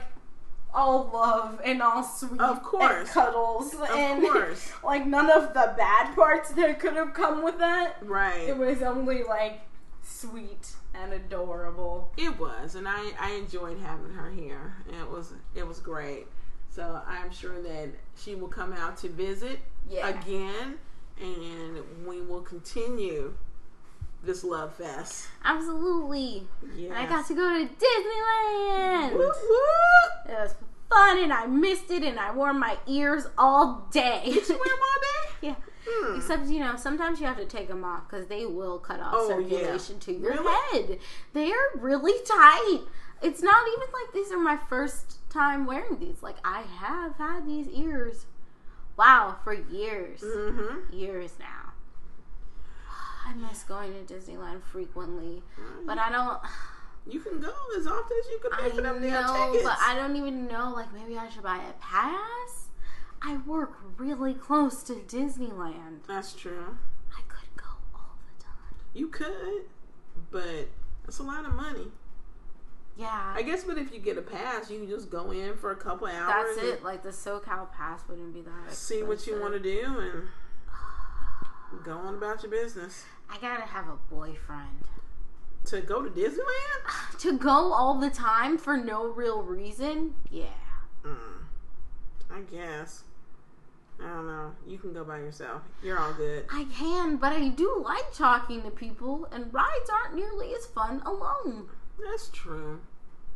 A: all love and all sweet
B: Of course.
A: and cuddles and
B: course.
A: *laughs* like none of the bad parts that could have come with that.
B: Right.
A: It was only like sweet and adorable.
B: It was, and I, I enjoyed having her here. It was it was great. So I'm sure that she will come out to visit
A: Yeah.
B: again, and we will continue this love fest.
A: Absolutely.
B: Yes.
A: And I got to go to Disneyland.
B: Whoop,
A: It
B: whoop.
A: was fun and I missed it and I wore my ears all day.
B: Swim all day.
A: *laughs* yeah.
B: Hmm.
A: Except you know, sometimes you have to take them off because they will cut off
B: Oh,
A: circulation to your
B: Really?
A: head. They are really tight. It's not even like these are my first time wearing these. Like I have had these ears, wow, for years,
B: Mm-hmm.
A: years now. *sighs* I miss going to Disneyland frequently, but I don't.
B: You can go as often as you can
A: I
B: pay for them damn
A: know,
B: tickets.
A: but I don't even know. Like, maybe I should buy a pass. I work really close to Disneyland.
B: That's true.
A: I could go all the time.
B: You could, but that's a lot of money.
A: Yeah,
B: I guess, but if you get a pass, you can just go in for a couple hours.
A: that's
B: and
A: it. Like, the SoCal pass wouldn't be that.
B: See what you want to
A: expensive.
B: do and go on about your business.
A: *sighs* I gotta have a boyfriend *sighs*
B: To go to Disneyland?
A: to go all the time for no real reason. Yeah,
B: Mm, I guess. I don't know. You can go by yourself. You're all good.
A: I can, but I do like talking to people, and rides aren't nearly as fun alone.
B: That's true.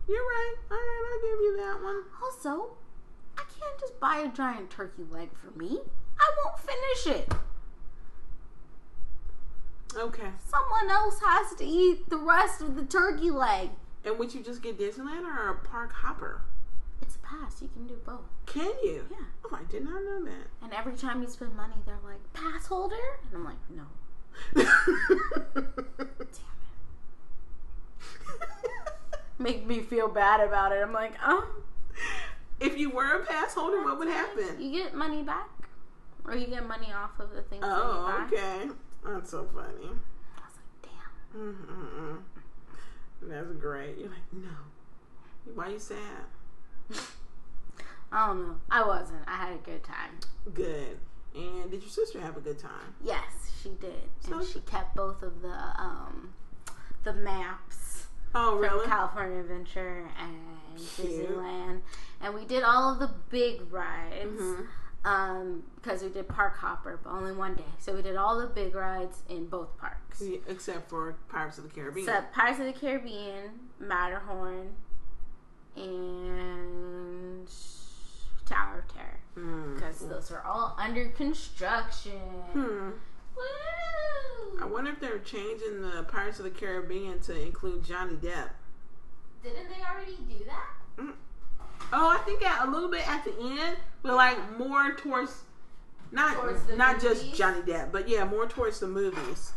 B: You're right. All right, I'll give you that one.
A: Also, I can't just buy a giant turkey leg for me. I won't finish it.
B: Okay.
A: Someone else has to eat the rest of the turkey leg.
B: And would you just get Disneyland or a park hopper?
A: It's a pass. You can do both.
B: Can you?
A: Yeah.
B: Oh, I did not know
A: And every time you spend money, they're like, pass holder? And I'm like, no,
B: that. *laughs*
A: damn it. Make me feel bad about it. I'm like, oh.
B: if you were a pass holder, what would happen?
A: You get money back. Or you get money off of the things that you
B: Oh,
A: buy.
B: okay. That's so funny.
A: I was like, damn.
B: Mm-mm-mm. That's great. You're like, no. Why you sad?
A: I don't know. I wasn't. I had a good time.
B: Good. And did your sister have a good time?
A: Yes, she did. and
B: So-
A: she kept both of the um the maps
B: Oh, really?
A: from California Adventure and
B: Cute.
A: Disneyland. And we did all of the big rides.
B: Mhm.
A: Um, because we did Park Hopper, but only one day. So we did all the big rides in both parks.
B: Yeah, Except for Pirates of the Caribbean.
A: So Pirates of the Caribbean, Matterhorn, and Tower of Terror.
B: Mm.
A: Because those are all under construction.
B: Hmm.
A: Woo!
B: I wonder if they're changing the Pirates of the Caribbean to include Johnny Depp.
A: Didn't they already do that?
B: Oh, I think at, a little bit at the end, but like more towards not
A: Towards the
B: not just
A: movies?
B: Johnny Depp, but yeah, more towards the movies.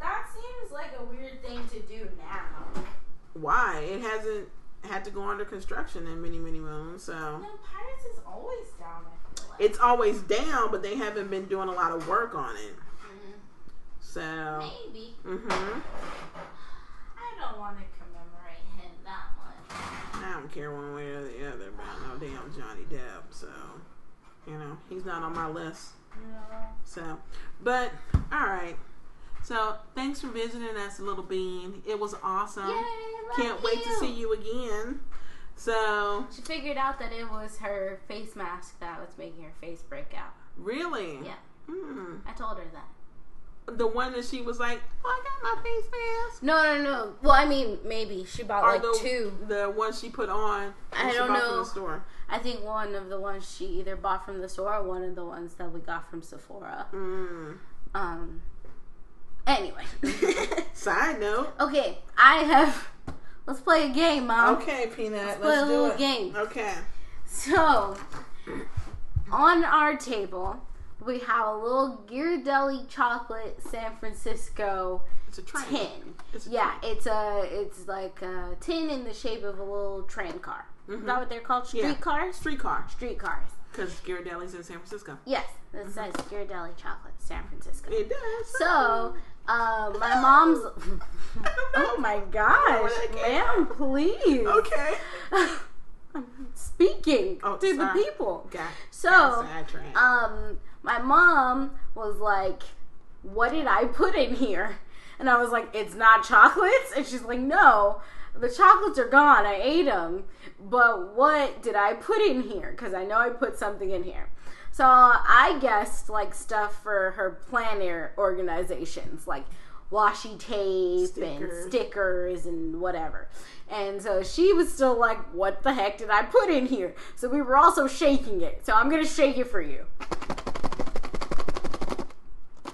A: That seems like a weird thing to do now.
B: Why it hasn't had to go under construction in many many moons, so
A: No, Pirates is always down. I feel like.
B: it's always down, but they haven't been doing a lot of work on it. So,
A: Mm-hmm. Maybe.
B: mm-hmm.
A: I don't want to commemorate him that much.
B: I don't care one way or the other about no damn Johnny Depp. So, you know, he's not on my list.
A: No.
B: So, but all right. So, thanks for visiting us, little bean. It was awesome.
A: Yay! love
B: Can't wait to see you again. So,
A: She figured out that it was her face mask that was making her face break out.
B: really,
A: Yeah.
B: Hmm.
A: I told her that.
B: the one that she was like, "Oh, I got my face mask."
A: No, no, no. Well, I mean, maybe she bought like
B: the,
A: two.
B: the one she put on. when
A: I
B: she
A: don't
B: bought From
A: know.
B: the store.
A: I think one of the ones she either bought from the store or one of the ones that we got from Sephora.
B: Mm.
A: Um.
B: *laughs*
A: Anyway. *laughs*
B: Side note.
A: okay, I have. *laughs* Let's play a game, Mom.
B: Okay, Peanut. Let's,
A: Um, play a
B: do
A: little
B: it.
A: game.
B: Okay.
A: So, on our table, we have a little Ghirardelli chocolate San Francisco
B: It's a train.
A: tin.
B: It's a
A: Yeah, it's a it's like a tin in the shape of a little train car. Is that what they're called? Street
B: Mm-hmm. Yeah.
A: cars.
B: streetcar
A: Street cars.
B: because Ghirardelli's in San Francisco.
A: Yes, that
B: Mm-hmm.
A: says Ghirardelli chocolate San Francisco.
B: It does. *laughs*
A: So, um, my mom's. oh my *laughs* gosh,
B: that came
A: ma'am, please.
B: okay.
A: I'm *laughs* speaking
B: Oh,
A: to
B: sorry.
A: the people.
B: Got
A: So,
B: got sidetracked.
A: um, my mom was like, "What did I put in here?" And I was like, "It's not chocolates." And she's like, "No, the chocolates are gone. I ate them. But what did I put in here? Because I know I put something in here." So I guessed like stuff for her planner organizations, like washi tape
B: Stickers.
A: and stickers and whatever. And so she was still like, "What the heck did I put in here?" So we were also shaking it. So I'm gonna shake it for you.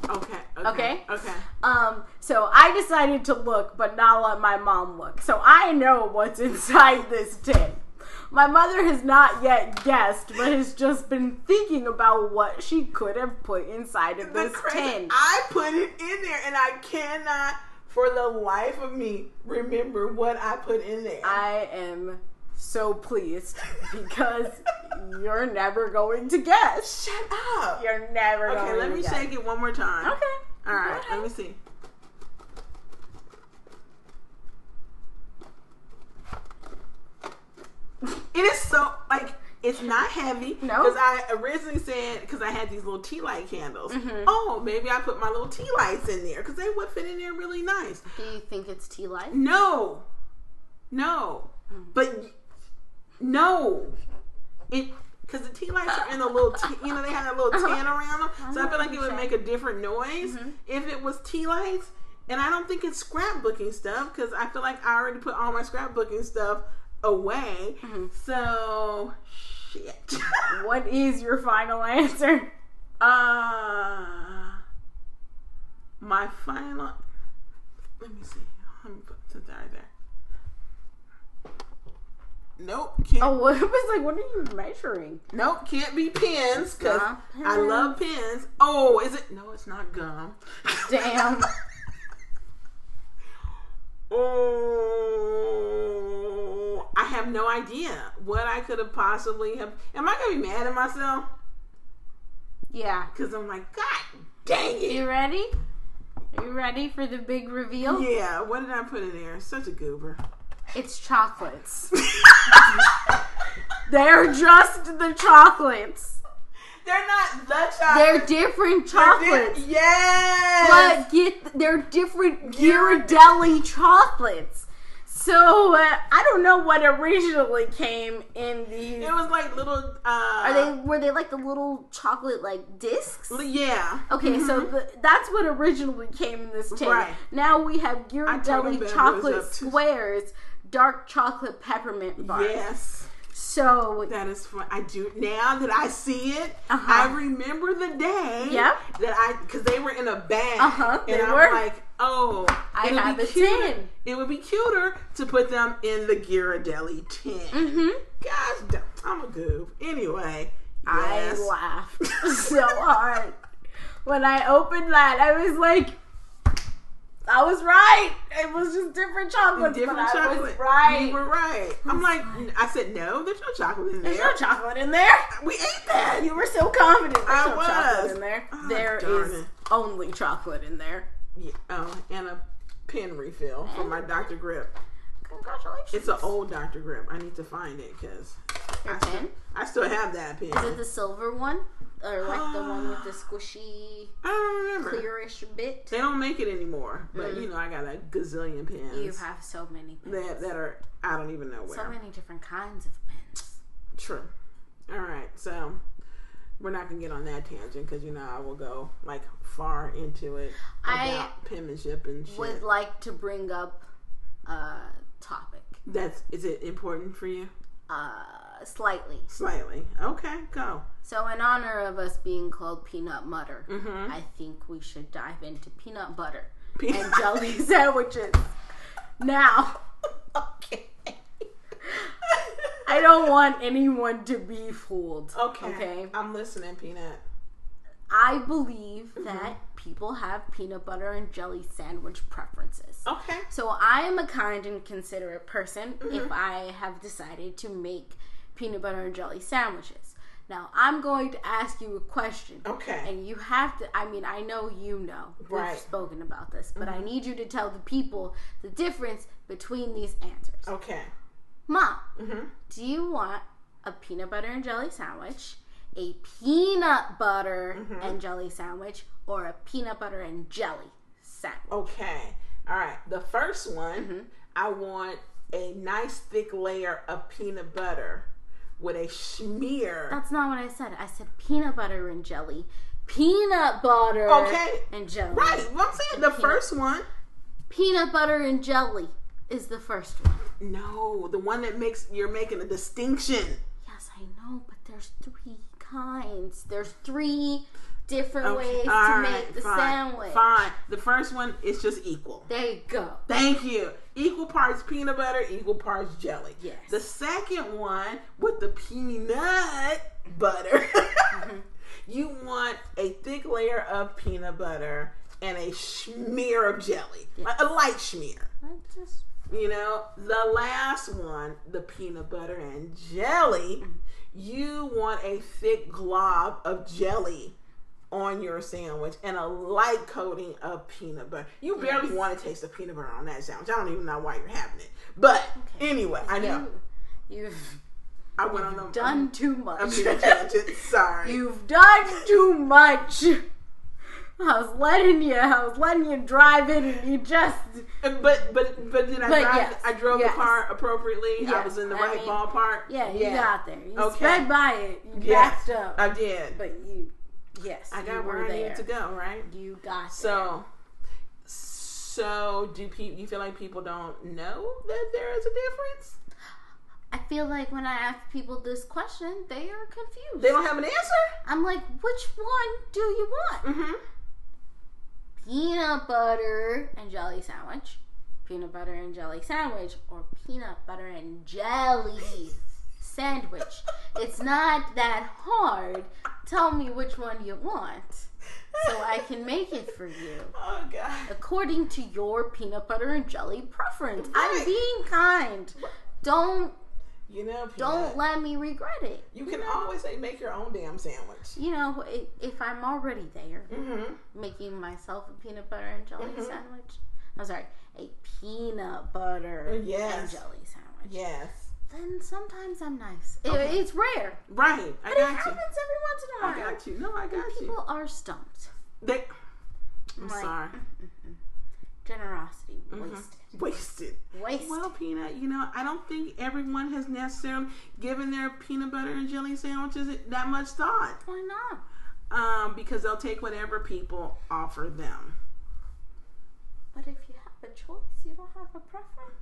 A: um, okay?
B: Okay.
A: Um, so I decided to look, but not let my mom look. So I know what's *laughs* inside this tin. My mother has not yet guessed, but has just been thinking about what she could have put inside of
B: The
A: this
B: crazy.
A: tin.
B: I put it in there, and I cannot, for the life of me, remember what I put in there.
A: I am so pleased because you're never going to guess.
B: Shut up.
A: You're never going to
B: Okay, let me
A: guess.
B: shake it one more time.
A: Okay.
B: All right,
A: Go
B: let
A: ahead.
B: me see. It is so like it's not heavy.
A: No.
B: because I originally said because I had these little tea light candles.
A: Mm-hmm.
B: Oh, maybe I put my little tea lights in there because they would fit in there really nice.
A: Do you think it's tea light?
B: No, no, but y- no, it because the tea lights are in a little, t- you know, they had a little tan around them, so I feel like it would make a different noise if it was tea lights. And I don't think it's scrapbooking stuff because I feel like I already put all my scrapbooking stuff away. So shit. *laughs*
A: What is your final *laughs* answer?
B: uh, my final. Let me see. Let me put the there. there. Nope. Can't
A: Oh, *laughs* what- it was like, what are you measuring?
B: Nope, can't be pins because
A: Not
B: I love pins. Oh, is it? No, it's not gum.
A: Damn.
B: *laughs* oh, I have no idea what I could have possibly have. Am I gonna be mad at myself?
A: Yeah.
B: Because I'm like, God dang it!
A: You ready? Are you ready for the big reveal?
B: Yeah, what did I put in there? Such a
A: *laughs*
B: goober.
A: It's chocolates. They're just the chocolates.
B: They're not the chocolate.
A: They're different chocolates.
B: Yes.
A: But get they're different Ghirardelli chocolates. So uh, I don't know what originally came in these.
B: it was like little. Uh,
A: Are they were they like the little chocolate like discs?
B: Yeah.
A: Okay, so the, that's what originally came in this
B: Mm-hmm.
A: tin.
B: Right.
A: Now we have
B: told him
A: Ghirardelli
B: Bad Boys
A: chocolate
B: up too.
A: squares, dark chocolate peppermint bar.
B: Yes.
A: So
B: That is fun. I do now that I see it.
A: Uh-huh.
B: I remember the day.
A: Yep.
B: That I because they were in a bag.
A: Uh-huh,
B: And
A: they
B: I'm
A: were.
B: like, oh,
A: I
B: it'll
A: have a
B: cuter-
A: tin.
B: It would be cuter to put them in the Ghirardelli tin.
A: mhm,
B: Gosh, d- I'm a goof. Anyway,
A: I
B: yes. *laughs*
A: laughed so hard when I opened that. I was like, I was right. It was just different chocolates,
B: Different
A: but I
B: chocolate.
A: was right.
B: You were right. I'm like, I said no. There's no chocolate in there.
A: There's no chocolate in there.
B: we ate that.
A: You were so confident. There's
B: I
A: no chocolate
B: was.
A: in there.
B: Oh,
A: There is
B: darn it.
A: only chocolate in there.
B: Yeah. Oh, and a pen refill for my Dr. Grip.
A: Congratulations.
B: It's an old Dr. Grip. I need to find it because
A: Your pen?
B: I still have that pen.
A: Is it the silver one? Or like the
B: *gasps*
A: one with the squishy,
B: I don't remember.
A: clearish bit?
B: They don't make it anymore. But
A: Mm.
B: you know, I got a gazillion
A: You
B: pens
A: have so many pens.
B: that that are I don't even know where.
A: So many different kinds of pens.
B: True. All right, so we're not gonna get on that tangent because you know I will go like far into it
A: I
B: about penmanship and shit.
A: Would like to bring up a topic.
B: That's is it important for you?
A: Uh, slightly.
B: Slightly. Okay, go.
A: So, in honor of us being called peanut butter,
B: Mhm.
A: I think we should dive into peanut butter
B: Peanut-
A: and jelly *laughs* sandwiches. Now,
B: okay.
A: I don't want anyone to be fooled.
B: *laughs* Okay.
A: Okay.
B: I'm listening, Peanut.
A: I believe
B: Mm-hmm.
A: that people have peanut butter and jelly sandwich preferences.
B: Okay.
A: So I am a kind and considerate person
B: Mm-hmm.
A: if I have decided to make peanut butter and jelly sandwiches. Now, I'm going to ask you a question.
B: Okay.
A: And you have to, I mean, I know you know.
B: Right. Mm-hmm.
A: We've spoken about this, but I need you to tell the people the difference between these answers.
B: Okay.
A: Mom,
B: Mhm.
A: do you want a peanut butter and jelly sandwich, a peanut butter
B: Mm-hmm.
A: and jelly sandwich, or a peanut butter and jelly sandwich?
B: Okay. All right. The first one,
A: Mm-hmm.
B: I want a nice thick layer of peanut butter with a smear.
A: That's not what I said. I said peanut butter and jelly. Peanut butter
B: Okay.
A: and jelly.
B: Right. What I'm saying, the
A: Peanut.
B: first one.
A: Peanut butter and jelly is the first one.
B: No, the one that makes you're making a distinction.
A: Yes, I know, but there's three kinds. There's three different ways to
B: all
A: make
B: right,
A: the
B: fine,
A: sandwich.
B: Fine. The first one is just equal.
A: There you go.
B: Thank you. Equal parts peanut butter, equal parts jelly.
A: Yes.
B: The second one with the peanut butter, *laughs* you want a thick layer of peanut butter and a smear of jelly, like a light smear.
A: I just
B: You know, the last one, the peanut butter and jelly, you want a thick glob of jelly on your sandwich and a light coating of peanut butter. You barely want to taste the peanut butter on that sandwich. I don't even know why you're having it. But anyway, I know.
A: you, you've
B: I went on a
A: done too much.
B: *laughs*
A: *laughs*
B: a few tangents. Sorry.
A: You've done too much. I was letting you. I was letting you drive in, and you just
B: And- but but but did I
A: But
B: drive?
A: yes,
B: I drove
A: yes.
B: the car appropriately. I
A: Yes,
B: was in the
A: I
B: right
A: mean,
B: ballpark.
A: yeah, you got there. You
B: Okay.
A: sped by it. You
B: Yes,
A: backed up,
B: I did.
A: but you, yes,
B: I
A: you
B: got where
A: were
B: I
A: there.
B: needed to go. Right.
A: You got
B: So, so do people? You feel like people don't know that there is a difference?
A: there. I feel like when I ask people this question, they are confused.
B: They don't have an answer.
A: I'm like, which one do you want?
B: *laughs* Mm-hmm.
A: Peanut butter and jelly sandwich, peanut butter and jelly sandwich, or peanut butter and jelly sandwich. It's not that hard. Tell me which one you want so I can make it for you
B: Oh God.
A: according to your peanut butter and jelly preference. I'm
B: Right.
A: being kind. Don't
B: You know, people,
A: don't let me regret it.
B: you can always say make your own damn sandwich.
A: You know, i- if I'm already there,
B: Mm-hmm.
A: making myself a peanut butter and jelly sandwich. I'm sorry, a peanut butter and
B: Uh, Yes.
A: jelly sandwich.
B: Yes.
A: Then sometimes I'm nice. It- it's rare,
B: Right. I
A: but it
B: got
A: happens
B: you.
A: every
B: I
A: once in a while.
B: got you. No, I got you.
A: People are stumped.
B: They. I'm
A: Right. Mm-hmm,
B: sorry.
A: Generosity wasted.
B: Wasted.
A: Wasted.
B: Well, Peanut, you know, I don't think everyone has necessarily given their peanut butter and jelly sandwiches that much thought.
A: Why not?
B: um, because they'll take whatever people offer them.
A: But if you have a choice, you don't have a preference.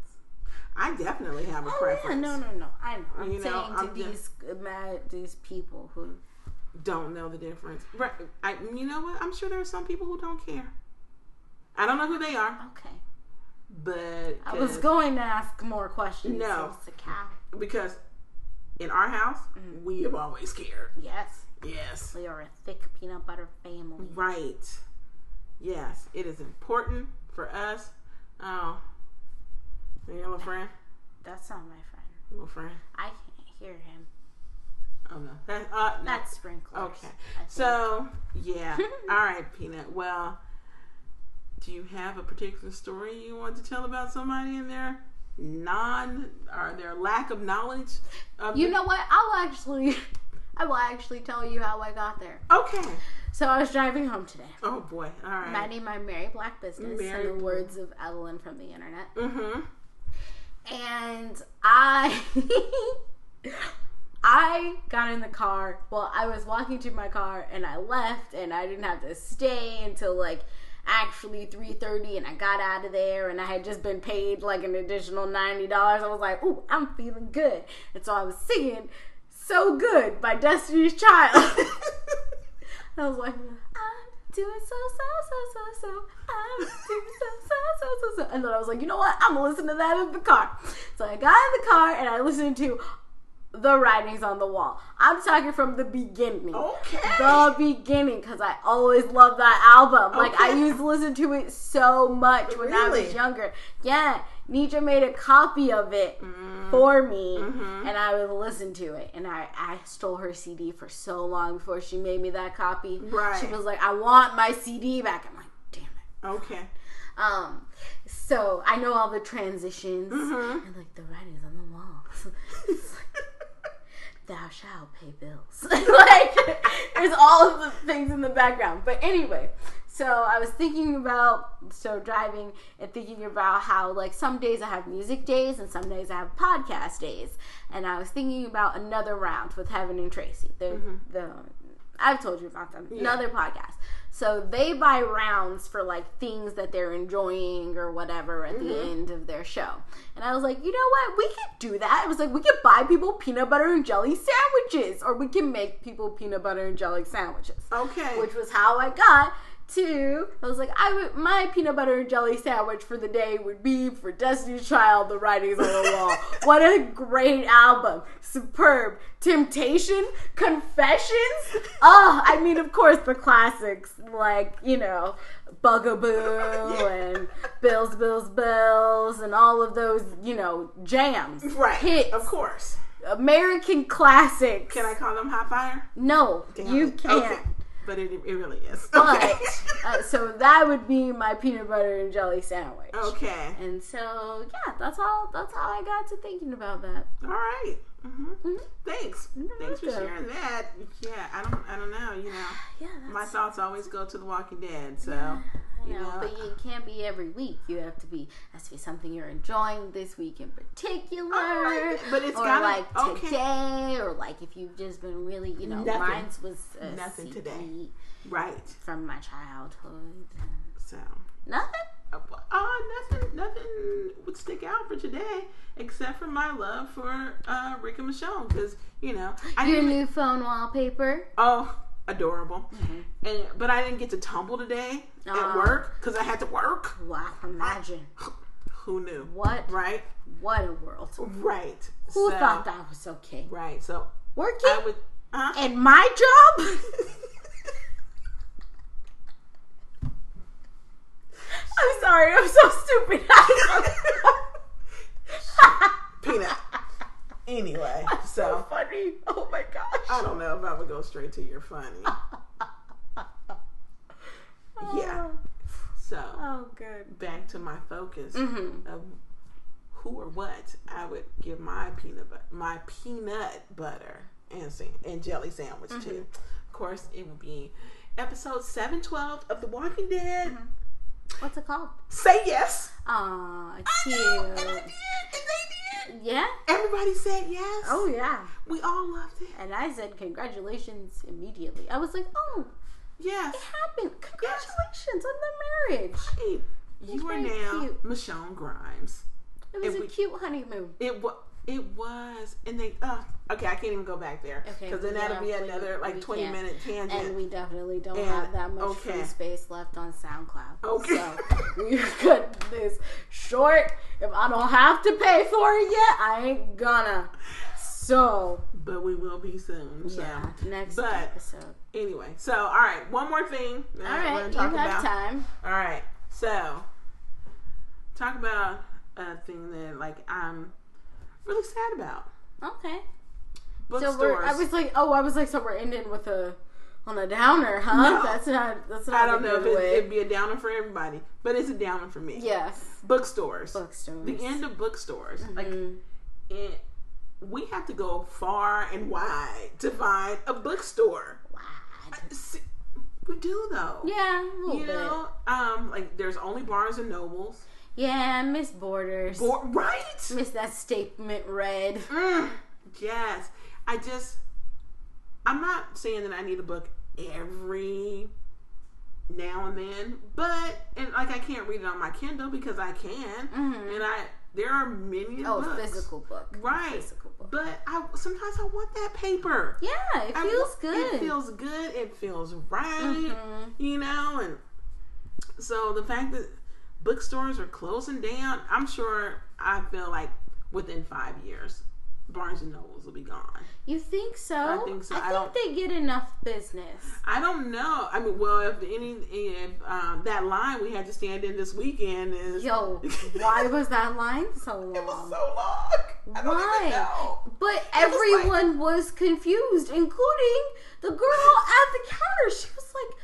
B: I definitely have a
A: Oh yeah,
B: preference.
A: no, no, no. I know. I'm
B: You know,
A: saying
B: I'm
A: to these
B: just-
A: mad these people who
B: Don't know the difference. Right? I, you know what? I'm sure there are some people who don't care. I don't know who they are,
A: okay.
B: but
A: I was going to ask more questions.
B: No.
A: so it's a cow.
B: because in our house
A: Mm.
B: we have always cared.
A: Yes,
B: Yes.
A: we are a thick peanut butter family.
B: Right. Yes. It is important for us. Oh, your little friend,
A: That's not my friend.
B: little friend.
A: I can't hear him.
B: Oh no. That, uh, no.
A: That's sprinklers.
B: Okay.
A: I think.
B: So,
A: *laughs*
B: yeah. All right, Peanut. Well, do you have a particular story you want to tell about somebody in their non or their lack of knowledge? Of
A: you
B: the-
A: know what? I'll actually, *laughs* I will actually tell you how I got there.
B: Okay.
A: So I was driving home today,
B: Oh boy. All right.
A: minding my merry black business,
B: Merry
A: in
B: black.
A: the words of Evelyn from the internet,
B: Mm-hmm.
A: and I. *laughs* I got in the car. Well, I was walking to my car and I left and I didn't have to stay until like actually 3:30 and I got out of there and I had just been paid like an additional $90. I was like, "Ooh, I'm feeling good." And so I was singing So Good by Destiny's Child. *laughs* I was like, "I'm doing so so so so so. I'm doing so so so so so." And then I was like, "You know what? I'm going to listen to that in the car." So I got in the car and I listened to the writings on the wall. I'm talking from the beginning.
B: Okay.
A: The beginning, because I always loved that album. Like I
B: Okay.
A: used to listen to it so much when I was
B: Really?
A: younger. Yeah, Nietzsche made a copy of it
B: Mm-hmm.
A: for me, and I would listen to it. And I, I stole her CD for so long before she made me that copy.
B: Right.
A: She was like, "I want my CD back." I'm like, "Damn it."
B: okay.
A: Um, so I know all the transitions and like the writings on the wall. *laughs* Thou shalt pay bills. *laughs* like there's all of the things in the background. But anyway, so I was thinking about so driving and thinking about how like some days I have music days and some days I have podcast days. And I was thinking about another round with Heaven and Tracy. The the I've told you about them. Another podcast. So they buy rounds for like things that they're enjoying or whatever at the end of their show. And I was like, you know what? We could do that. It was like we could buy people peanut butter and jelly sandwiches, or we can make people peanut butter and jelly sandwiches.
B: Okay.
A: Which was how I got to. I was like, I would my peanut butter and jelly sandwich for the day would be for Destiny's Child, The Writings on the
B: *laughs*
A: Wall. what a great album! Superb. Temptation, Confessions. Oh, I mean, of course, the classics like you know,
B: *laughs*
A: Bugaboo and Bills, Bills, Bills, and all of those you know jams,
B: right.
A: Hits,
B: Of course.
A: American classics.
B: Can I call them hot fire?
A: no,
B: Damn
A: you
B: it.
A: can't.
B: Okay. But it, it really is.
A: But
B: Okay.
A: uh, so that would be my peanut butter and jelly sandwich.
B: *laughs* okay.
A: And so yeah, that's all. That's how I got to thinking about that.
B: All right. Mm-hmm.
A: Mhm.
B: Thanks.
A: You're
B: Thanks for
A: welcome.
B: sharing that. Yeah, I don't. I don't know. You know,
A: Yeah,
B: my
A: that's,
B: thoughts always go to The Walking Dead. So.
A: I
B: you
A: know,
B: know,
A: but it can't be every week. You have to be has to be something you're enjoying this week in particular,
B: I like it, but it's
A: or
B: gotta-
A: like
B: okay.
A: today, or like if you've just been really, you know,
B: Nothing.
A: mine's was a
B: Nothing
A: CD
B: today. Right.
A: from my childhood.
B: So.
A: Nothing.
B: Uh, uh, nothing. Nothing would stick out for today except for my love for uh, Rick and Michelle because you know I
A: Your
B: didn't.
A: new phone wallpaper.
B: Oh, adorable.
A: Mm-hmm.
B: And but I didn't get to tumble today at
A: Aw.
B: work because I had to work.
A: Wow! Imagine
B: Who knew?
A: what
B: Right.
A: what a world.
B: Right.
A: Who
B: So-
A: thought that was okay?
B: Right. So
A: Working
B: I would. Huh?
A: at my job. *laughs* I'm sorry, I'm so stupid. *laughs*
B: Peanut. Anyway, so
A: funny. Oh
B: *laughs*
A: my
B: I
A: *laughs* gosh.
B: don't know if I would go straight to your funny.
A: *laughs*
B: Yeah. So
A: Oh, good.
B: back to my focus
A: Mm-hmm.
B: of who or what I would give my peanut butter, my peanut butter and sa- and jelly sandwich
A: Mm-hmm.
B: to. Of course, it would be episode seven twelve of The Walking Dead.
A: Mm-hmm. What's it called?
B: Say yes.
A: Aw,
B: I know, and I did,
A: cute.
B: and they did.
A: Yeah?
B: Everybody said yes.
A: Oh, yeah.
B: we all loved it.
A: And I said congratulations immediately. I was like, oh,
B: Yes.
A: it happened. Congratulations on the marriage.
B: Hey, you are
A: very
B: now
A: cute.
B: Michonne Grimes.
A: It was
B: And
A: a
B: we-
A: cute honeymoon.
B: It was. It was, and they. Uh, okay, I can't even go back there
A: Okay,
B: because then
A: yeah,
B: that'll be
A: we-
B: another
A: we
B: like twenty
A: can't.
B: minute tangent.
A: And we definitely don't
B: And-
A: have that much free
B: okay.
A: space left on SoundCloud.
B: Okay.
A: So *laughs* we cut this short. If I don't have to pay for it yet, I ain't gonna. So
B: but we will be soon. So.
A: yeah, next
B: but-
A: episode.
B: Anyway, so all right, one more thing. that we're
A: All right,
B: gonna
A: you
B: talk
A: have
B: about.
A: time.
B: All right, so talk about a thing that like I'm really sad about.
A: Okay.
B: Bookstores.
A: So we're. I was like, oh, I was like, so we're ending with a on a downer, huh?
B: No.
A: That's not. That's not.
B: I don't
A: a
B: know if
A: good
B: it,
A: way.
B: it'd be a downer for everybody, but it's a downer for me.
A: yes.
B: Bookstores.
A: Bookstores.
B: The end of bookstores. Like
A: Mm.
B: it, we have to go far and wide to find a bookstore.
A: Wide.
B: S- We do though.
A: Yeah, a little
B: You
A: bit.
B: know, um, like there's only Barnes and Nobles.
A: Yeah, Miss Borders.
B: Bo- right.
A: miss that statement read.
B: Mm, yes. I just, I'm not saying that I need a book every now and then, but, and like I can't read it on my Kindle because I can.
A: Mhm.
B: And I, there are many
A: Oh,
B: books.
A: physical book.
B: Right.
A: Physical book.
B: But I sometimes I want that paper.
A: yeah, it
B: I
A: feels
B: wa-
A: good.
B: It feels good. It feels right.
A: Mhm.
B: You know, and so the fact that bookstores are closing down, I'm sure I feel like within five years, Barnes and Nobles will be gone.
A: You think so?
B: I think so. I don't-
A: they get enough business.
B: *laughs* I don't know. I mean, well, if any if um, that line we had to stand in this weekend is
A: Yo, why was that line so long?
B: it was *laughs* so long? I don't
A: Why?
B: even know.
A: But
B: It was like-
A: everyone was confused, including the girl at the counter. She was like,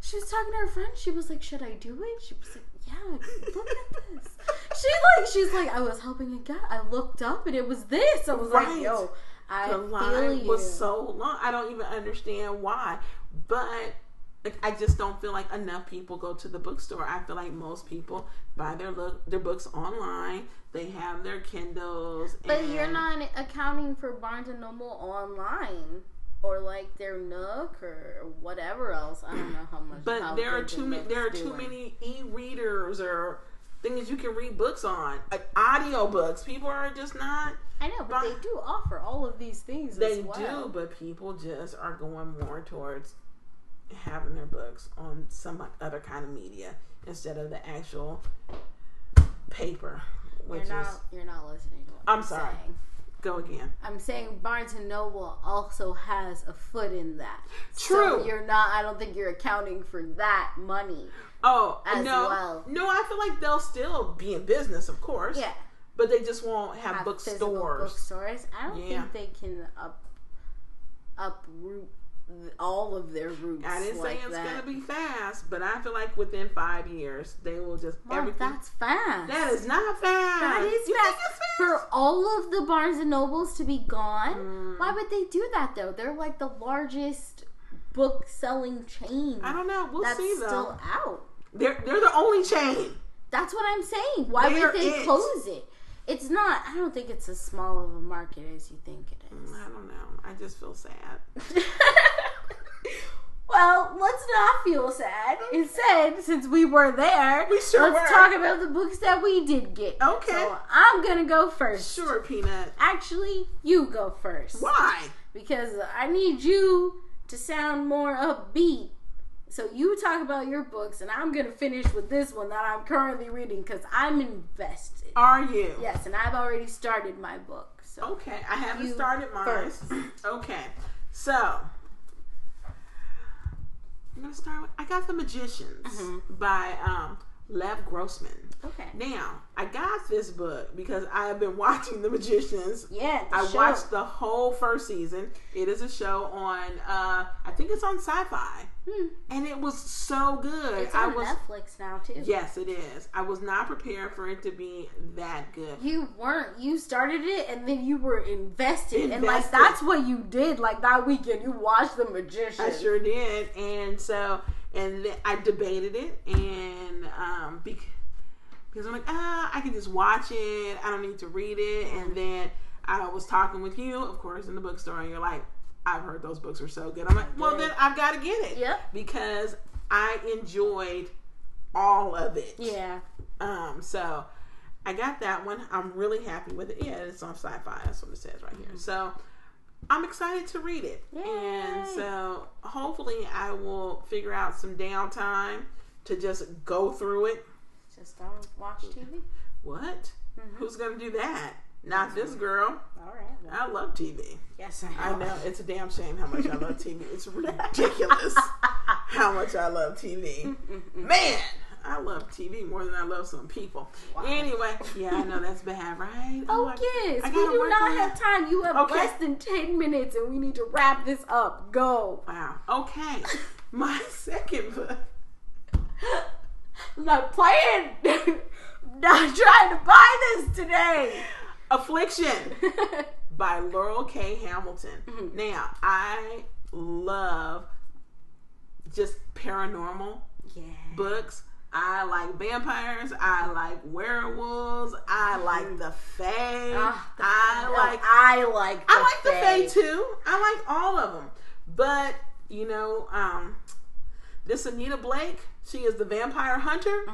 A: she was talking to her friend. She was like, "Should I do it?" She was like, "Yeah, look at this." She like, she's like, "I was helping a guy. I looked up and it was this." I was
B: Right.
A: like, "Yo, I
B: the
A: feel
B: line
A: you."
B: was so long. I don't even understand why, but like, I just don't feel like enough people go to the bookstore. I feel like most people buy their look their books online. They have their Kindles.
A: but
B: and
A: you're not accounting for Barnes and Noble online. or like their Nook or whatever else. I don't know how much.
B: But
A: how
B: there are
A: good the
B: too many.
A: Nook's
B: There are too
A: doing.
B: many e-readers or things you can read books on, like audio books. People are just not.
A: I know, but
B: But-
A: they do offer all of these things.
B: They
A: as well.
B: do, but people just are going more towards having their books on some other kind of media instead of the actual paper. Which
A: You're
B: is
A: not. You're not listening to what
B: I'm sorry.
A: saying.
B: go again.
A: I'm saying Barnes and Noble also has a foot in that. So
B: True.
A: you're not. I don't think you're accounting for that money.
B: Oh
A: As
B: no,
A: well.
B: no! I feel like they'll still be in business, of course.
A: Yeah.
B: but they just won't have,
A: Have physical
B: bookstores.
A: Bookstores. I don't
B: Yeah.
A: think they can up uproot th- all of their roots.
B: I didn't
A: like
B: say it's
A: that.
B: gonna be fast, but I feel like within five years they will just
A: Mom,
B: everything.
A: that's fast.
B: that is not fast.
A: That is
B: you
A: fast.
B: Think it's fast? Mm.
A: For all of the Barnes and Nobles to be gone, why would they do that though? They're like the largest book selling chain
B: I don't know. We'll
A: that's
B: see though.
A: still out.
B: They're they're the only chain.
A: That's what I'm saying. Why
B: They're
A: would they
B: it.
A: close it? It's not. I don't think it's as small of a market as you think it is.
B: I don't know. I just feel sad.
A: *laughs* well, let's not feel sad. Instead, since we were there,
B: We sure
A: let's
B: were.
A: talk about the books that we did get.
B: Okay.
A: So I'm gonna go first.
B: Sure, peanut.
A: Actually, you go first
B: Why?
A: because I need you to sound more upbeat. So you talk about your books, and I'm gonna finish with this one that I'm currently reading because I'm invested.
B: Are you?
A: Yes, and I've already started my book. So
B: Okay. I haven't
A: You
B: Oh, started mine.
A: first. *clears throat*
B: Okay. So I'm gonna start with I got the Magicians
A: Mm-hmm.
B: by um, Lev Grossman.
A: okay,
B: Now, I got this book because I have been *laughs* watching The Magicians.
A: yeah, the
B: I
A: show.
B: watched the whole first season. It is a show on, uh, I think it's on sci fi.
A: Hmm.
B: And it was so good.
A: It's
B: I
A: on
B: was,
A: Netflix now too.
B: yes, it is. I was not prepared for it to be that good.
A: You weren't. You started it, and then you were invested, and like
B: Invested.
A: that's what you did. Like that weekend, you watched The Magician.
B: I sure did. And so, and th- I debated it, and um, bec- because I'm like, ah, I can just watch it. I don't need to read it. And then I was talking with you, of course, in the bookstore, and you're like, I've heard those books are so good. I'm like, well, then I've got to get it.
A: Yep.
B: Because I enjoyed all of it.
A: Yeah.
B: Um, so I got that one. I'm really happy with it. Yeah, it's on sci-fi. That's what it says right here. So I'm excited to read it, and
A: Yay.
B: so hopefully I will figure out some downtime to just go through it.
A: Just don't watch TV.
B: What? Who's gonna do that? Not this girl.
A: All right. Well,
B: I love TV.
A: yes,
B: I
A: *laughs*
B: know it's a damn shame how much I love TV. It's ridiculous how much I love TV. Man, I love TV more than I love some people. Anyway, yeah, I know that's bad,
A: *laughs*
B: right?
A: Oh,
B: my-
A: yes,
B: I
A: we
B: gotta
A: do
B: work
A: not
B: on
A: have
B: that.
A: time. You have
B: Okay.
A: less than ten minutes, and we need to wrap this up. Go. *laughs*
B: Wow. Okay, *laughs* my second book.
A: I'm not playing. *laughs* not trying to buy this today.
B: Affliction
A: *laughs*
B: by Laurel K. Hamilton.
A: Mm-hmm.
B: Now, I love just paranormal
A: yeah.
B: books. I like vampires. I like werewolves. I like the fae.
A: Mm-hmm. Ah, the-
B: I
A: no,
B: like
A: I like. The
B: I like the fae
A: face.
B: too. I like all of them. But you know, um, this Anita Blake, she is the vampire hunter.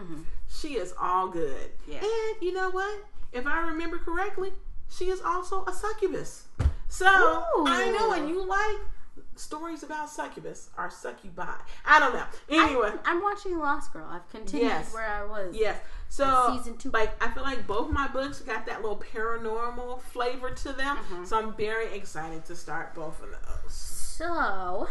B: She is all good.
A: Mm-hmm. Yeah.
B: And you know what? If I remember correctly, she is also a succubus. So
A: Ooh.
B: I know, and you like stories about succubus or succubi. I don't know. Anyway.
A: I'm watching Lost Girl. I've continued
B: Yes.
A: where I was.
B: Yes. So
A: season two.
B: like I feel like both my books got that little paranormal flavor to them.
A: Mm-hmm.
B: So I'm very excited to start both of those.
A: So,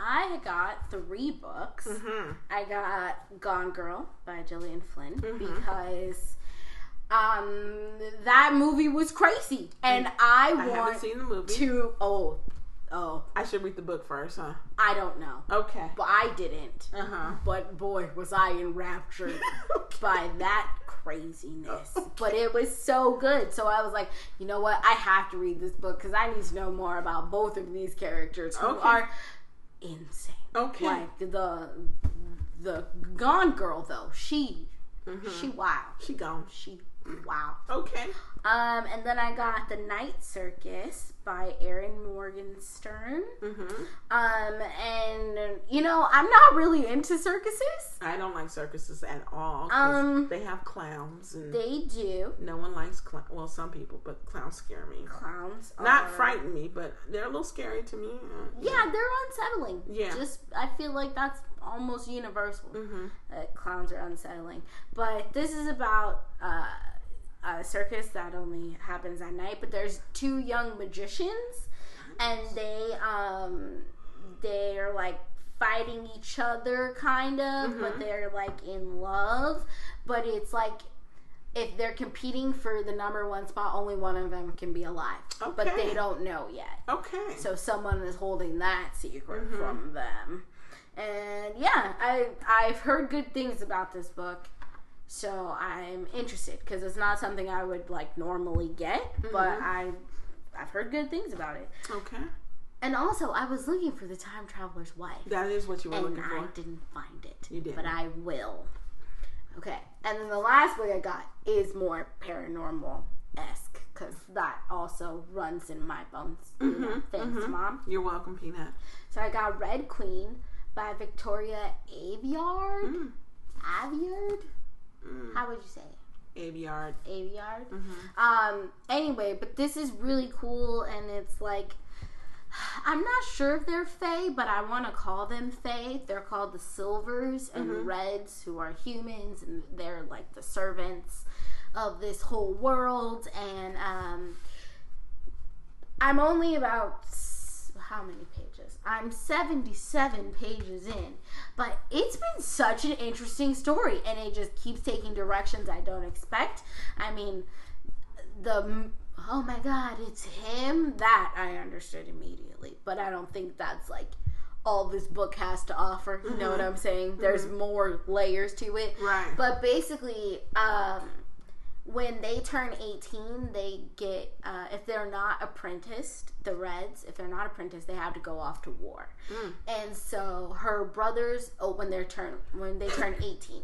A: I got three books.
B: Mhm.
A: I got Gone Girl by Gillian Flynn
B: Mm-hmm.
A: because um that movie was crazy and I
B: Mm. I haven't
A: want
B: seen the movie.
A: to oh oh
B: I should read the book first, huh?
A: I don't know.
B: Okay.
A: But I didn't.
B: Uh
A: *laughs*
B: huh.
A: But boy was I enraptured by that
B: *laughs*
A: craziness. But it was so good. So I was like, you know what? I have to read this book because I need to know more about both of these characters who
B: Okay.
A: are insane.
B: Okay.
A: Like the
B: Mm-hmm.
A: the gone girl though, she she wild.
B: She gone.
A: She Wow.
B: Okay.
A: Um, and then I got The Night Circus by Erin Morgenstern.
B: Mm-hmm.
A: Um, and you know, I'm not really into circuses.
B: I don't like circuses at all. 'cause
A: Um,
B: they have clowns, and
A: they do.
B: no one likes clowns. Well, some people, but clowns scare me.
A: Clowns are
B: Not frighten me, but they're a little scary to me. Uh,
A: Yeah, they're unsettling.
B: Yeah.
A: Just I feel like that's almost universal.
B: Mhm.
A: That clowns are unsettling. But this is about uh, a circus that only happens at night. But there's two young magicians, and they um they're like fighting each other kind of, but
B: Mm-hmm.
A: they're like in love. But it's like if they're competing for the number one spot, only one of them can be alive. But
B: Okay.
A: they don't know yet.
B: Okay.
A: So someone is holding that secret
B: Mm-hmm.
A: from them. And yeah, I I've heard good things about this book. So I'm interested because it's not something I would like normally get, but I
B: Mm-hmm.
A: I've heard good things about it.
B: okay.
A: And also, I was looking for the time traveler's wife
B: That is what you were
A: and
B: looking
A: I
B: for.
A: didn't find it.
B: You didn't.
A: But I will. Okay. And then the last book I got is more paranormal esque because that also runs in my bones. You
B: Mm-hmm,
A: know, thanks, Mom.
B: You're welcome, Peanut.
A: So I got Red Queen by Victoria Aveyard.
B: Mm.
A: Aveyard?
B: Mm.
A: How would you say it?
B: Aveyard.
A: Aveyard. Um, anyway, but this is really cool, and it's like I'm not sure if they're Fae, but I want to call them Fae. They're called the Silvers and Reds, who are humans, and they're like the servants of this whole world. And um, I'm only about s- how many pages? I'm 77 pages in, but it's been such an interesting story, and it just keeps taking directions I don't expect. I mean, the oh my god, it's him that I understood immediately, but I don't think that's like all this book has to offer. You know what I'm saying? There's more layers to it,
B: Right.
A: But basically, um, when they turn 18 they get uh, if they're not apprenticed the reds if they're not apprenticed they have to go off to war and so her brothers oh when they're turn when they turn 18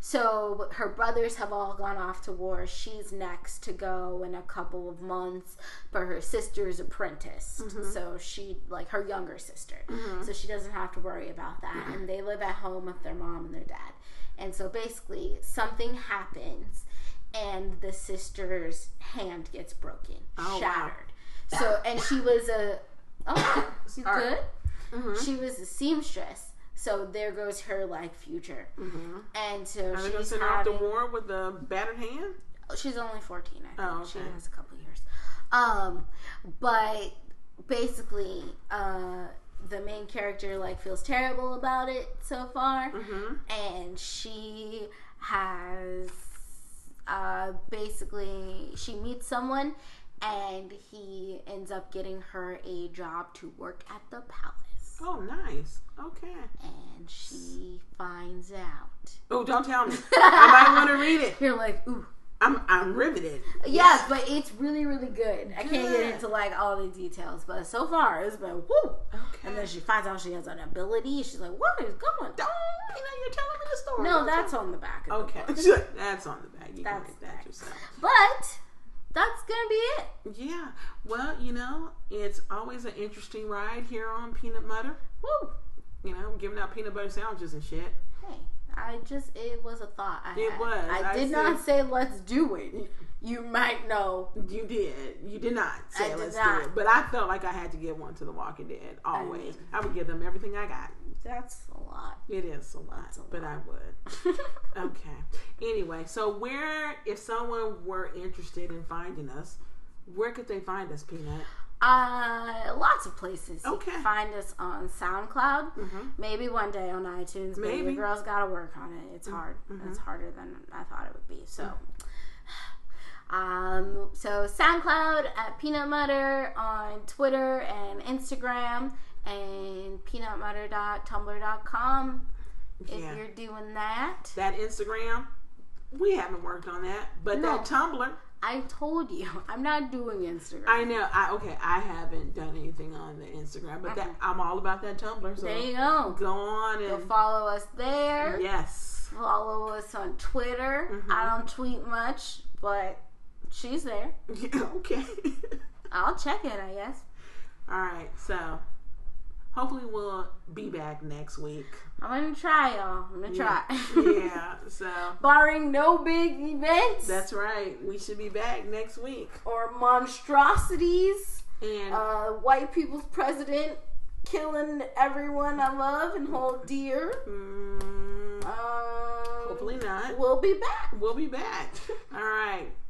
A: so her brothers have all gone off to war she's next to go in a couple of months but her sister's apprenticed so she like her younger sister so she doesn't have to worry about that and they live at home with their mom and their dad and so basically something happens and the sister's hand gets broken,
B: Oh, wow.
A: shattered. So, and she was a oh, *coughs* you
B: Sorry.
A: good?
B: Mm-hmm.
A: She was a seamstress. So there goes her like future,
B: Mm-hmm.
A: and so
B: Are they going to
A: she's
B: send her off to
A: having.
B: war with a battered hand?
A: She's only fourteen. I think
B: Oh,
A: she
B: okay.
A: has a couple years. Um, but basically, uh, the main character like feels terrible about it so far,
B: Mm-hmm.
A: and she has uh, basically she meets someone and he ends up getting her a job to work at the palace
B: Oh, nice. Okay.
A: and she finds out
B: Oh, don't tell
A: *laughs*
B: me. I might want to read it.
A: you're like ooh
B: I'm I'm riveted.
A: yeah but it's really really good i can't
B: Good.
A: get into like all the details but so far it's been woo
B: Okay.
A: and then she finds out she has an ability she's like what is going on
B: don't you know you're telling me the story.
A: no
B: Don't
A: that's on the back of
B: tell-
A: okay.
B: okay. *laughs*
A: *laughs* the book
B: that's on the back. You
A: That's
B: can get that yourself.
A: but that's gonna be it
B: Yeah. Well, you know, it's always an interesting ride here on Peanut Butter.
A: woo
B: You know, giving out peanut butter sandwiches and shit.
A: Hey, I just it was a thought. I
B: It
A: had.
B: was.
A: I
B: I
A: did
B: see.
A: not say let's do it. You might know.
B: You did. You did not
A: I
B: say
A: did
B: let's
A: not.
B: do it. But I felt like I had to give one to The Walking Dead. Always. I, would give them everything I got.
A: That's a lot. *laughs*
B: It is a lot,
A: a
B: but I would. Okay. Anyway, so where, if someone were interested in finding us, where could they find us, Peanut?
A: uh, lots of places. You
B: Okay. Mm-hmm.
A: can find us on SoundCloud. Maybe one day on iTunes. Maybe.
B: Maybe. Mm-hmm.
A: The girls gotta work on it. It's hard. It's harder than I thought it would be. So.
B: Mm-hmm.
A: *sighs* Um, so SoundCloud at Peanut Mutter on Twitter and Instagram and peanutmutter.tumblr.com if
B: Yeah.
A: you're doing that.
B: That Instagram, we haven't worked on that, but
A: No.
B: that Tumblr,
A: I told you, *laughs* I'm not doing Instagram.
B: I know. I okay, I haven't done anything on the Instagram, but that I'm all about that Tumblr. So
A: there you go.
B: go on
A: Go
B: and
A: follow us there.
B: yes, *laughs*
A: Follow us on Twitter.
B: Mm-hmm.
A: I don't tweet much, but she's there.
B: Yeah, okay. *laughs*
A: I'll check it, I guess.
B: All right. So hopefully we'll be back next week.
A: *laughs* I'm gonna try, y'all. I'm gonna try.
B: yeah. So
A: *laughs* Barring no big events
B: that's right. We should be back next week.
A: or monstrosities,
B: And
A: uh, white people's president killing everyone I love and hold dear.
B: mm,
A: Um,
B: hopefully not.
A: we'll be back. *laughs*
B: We'll be back. All right.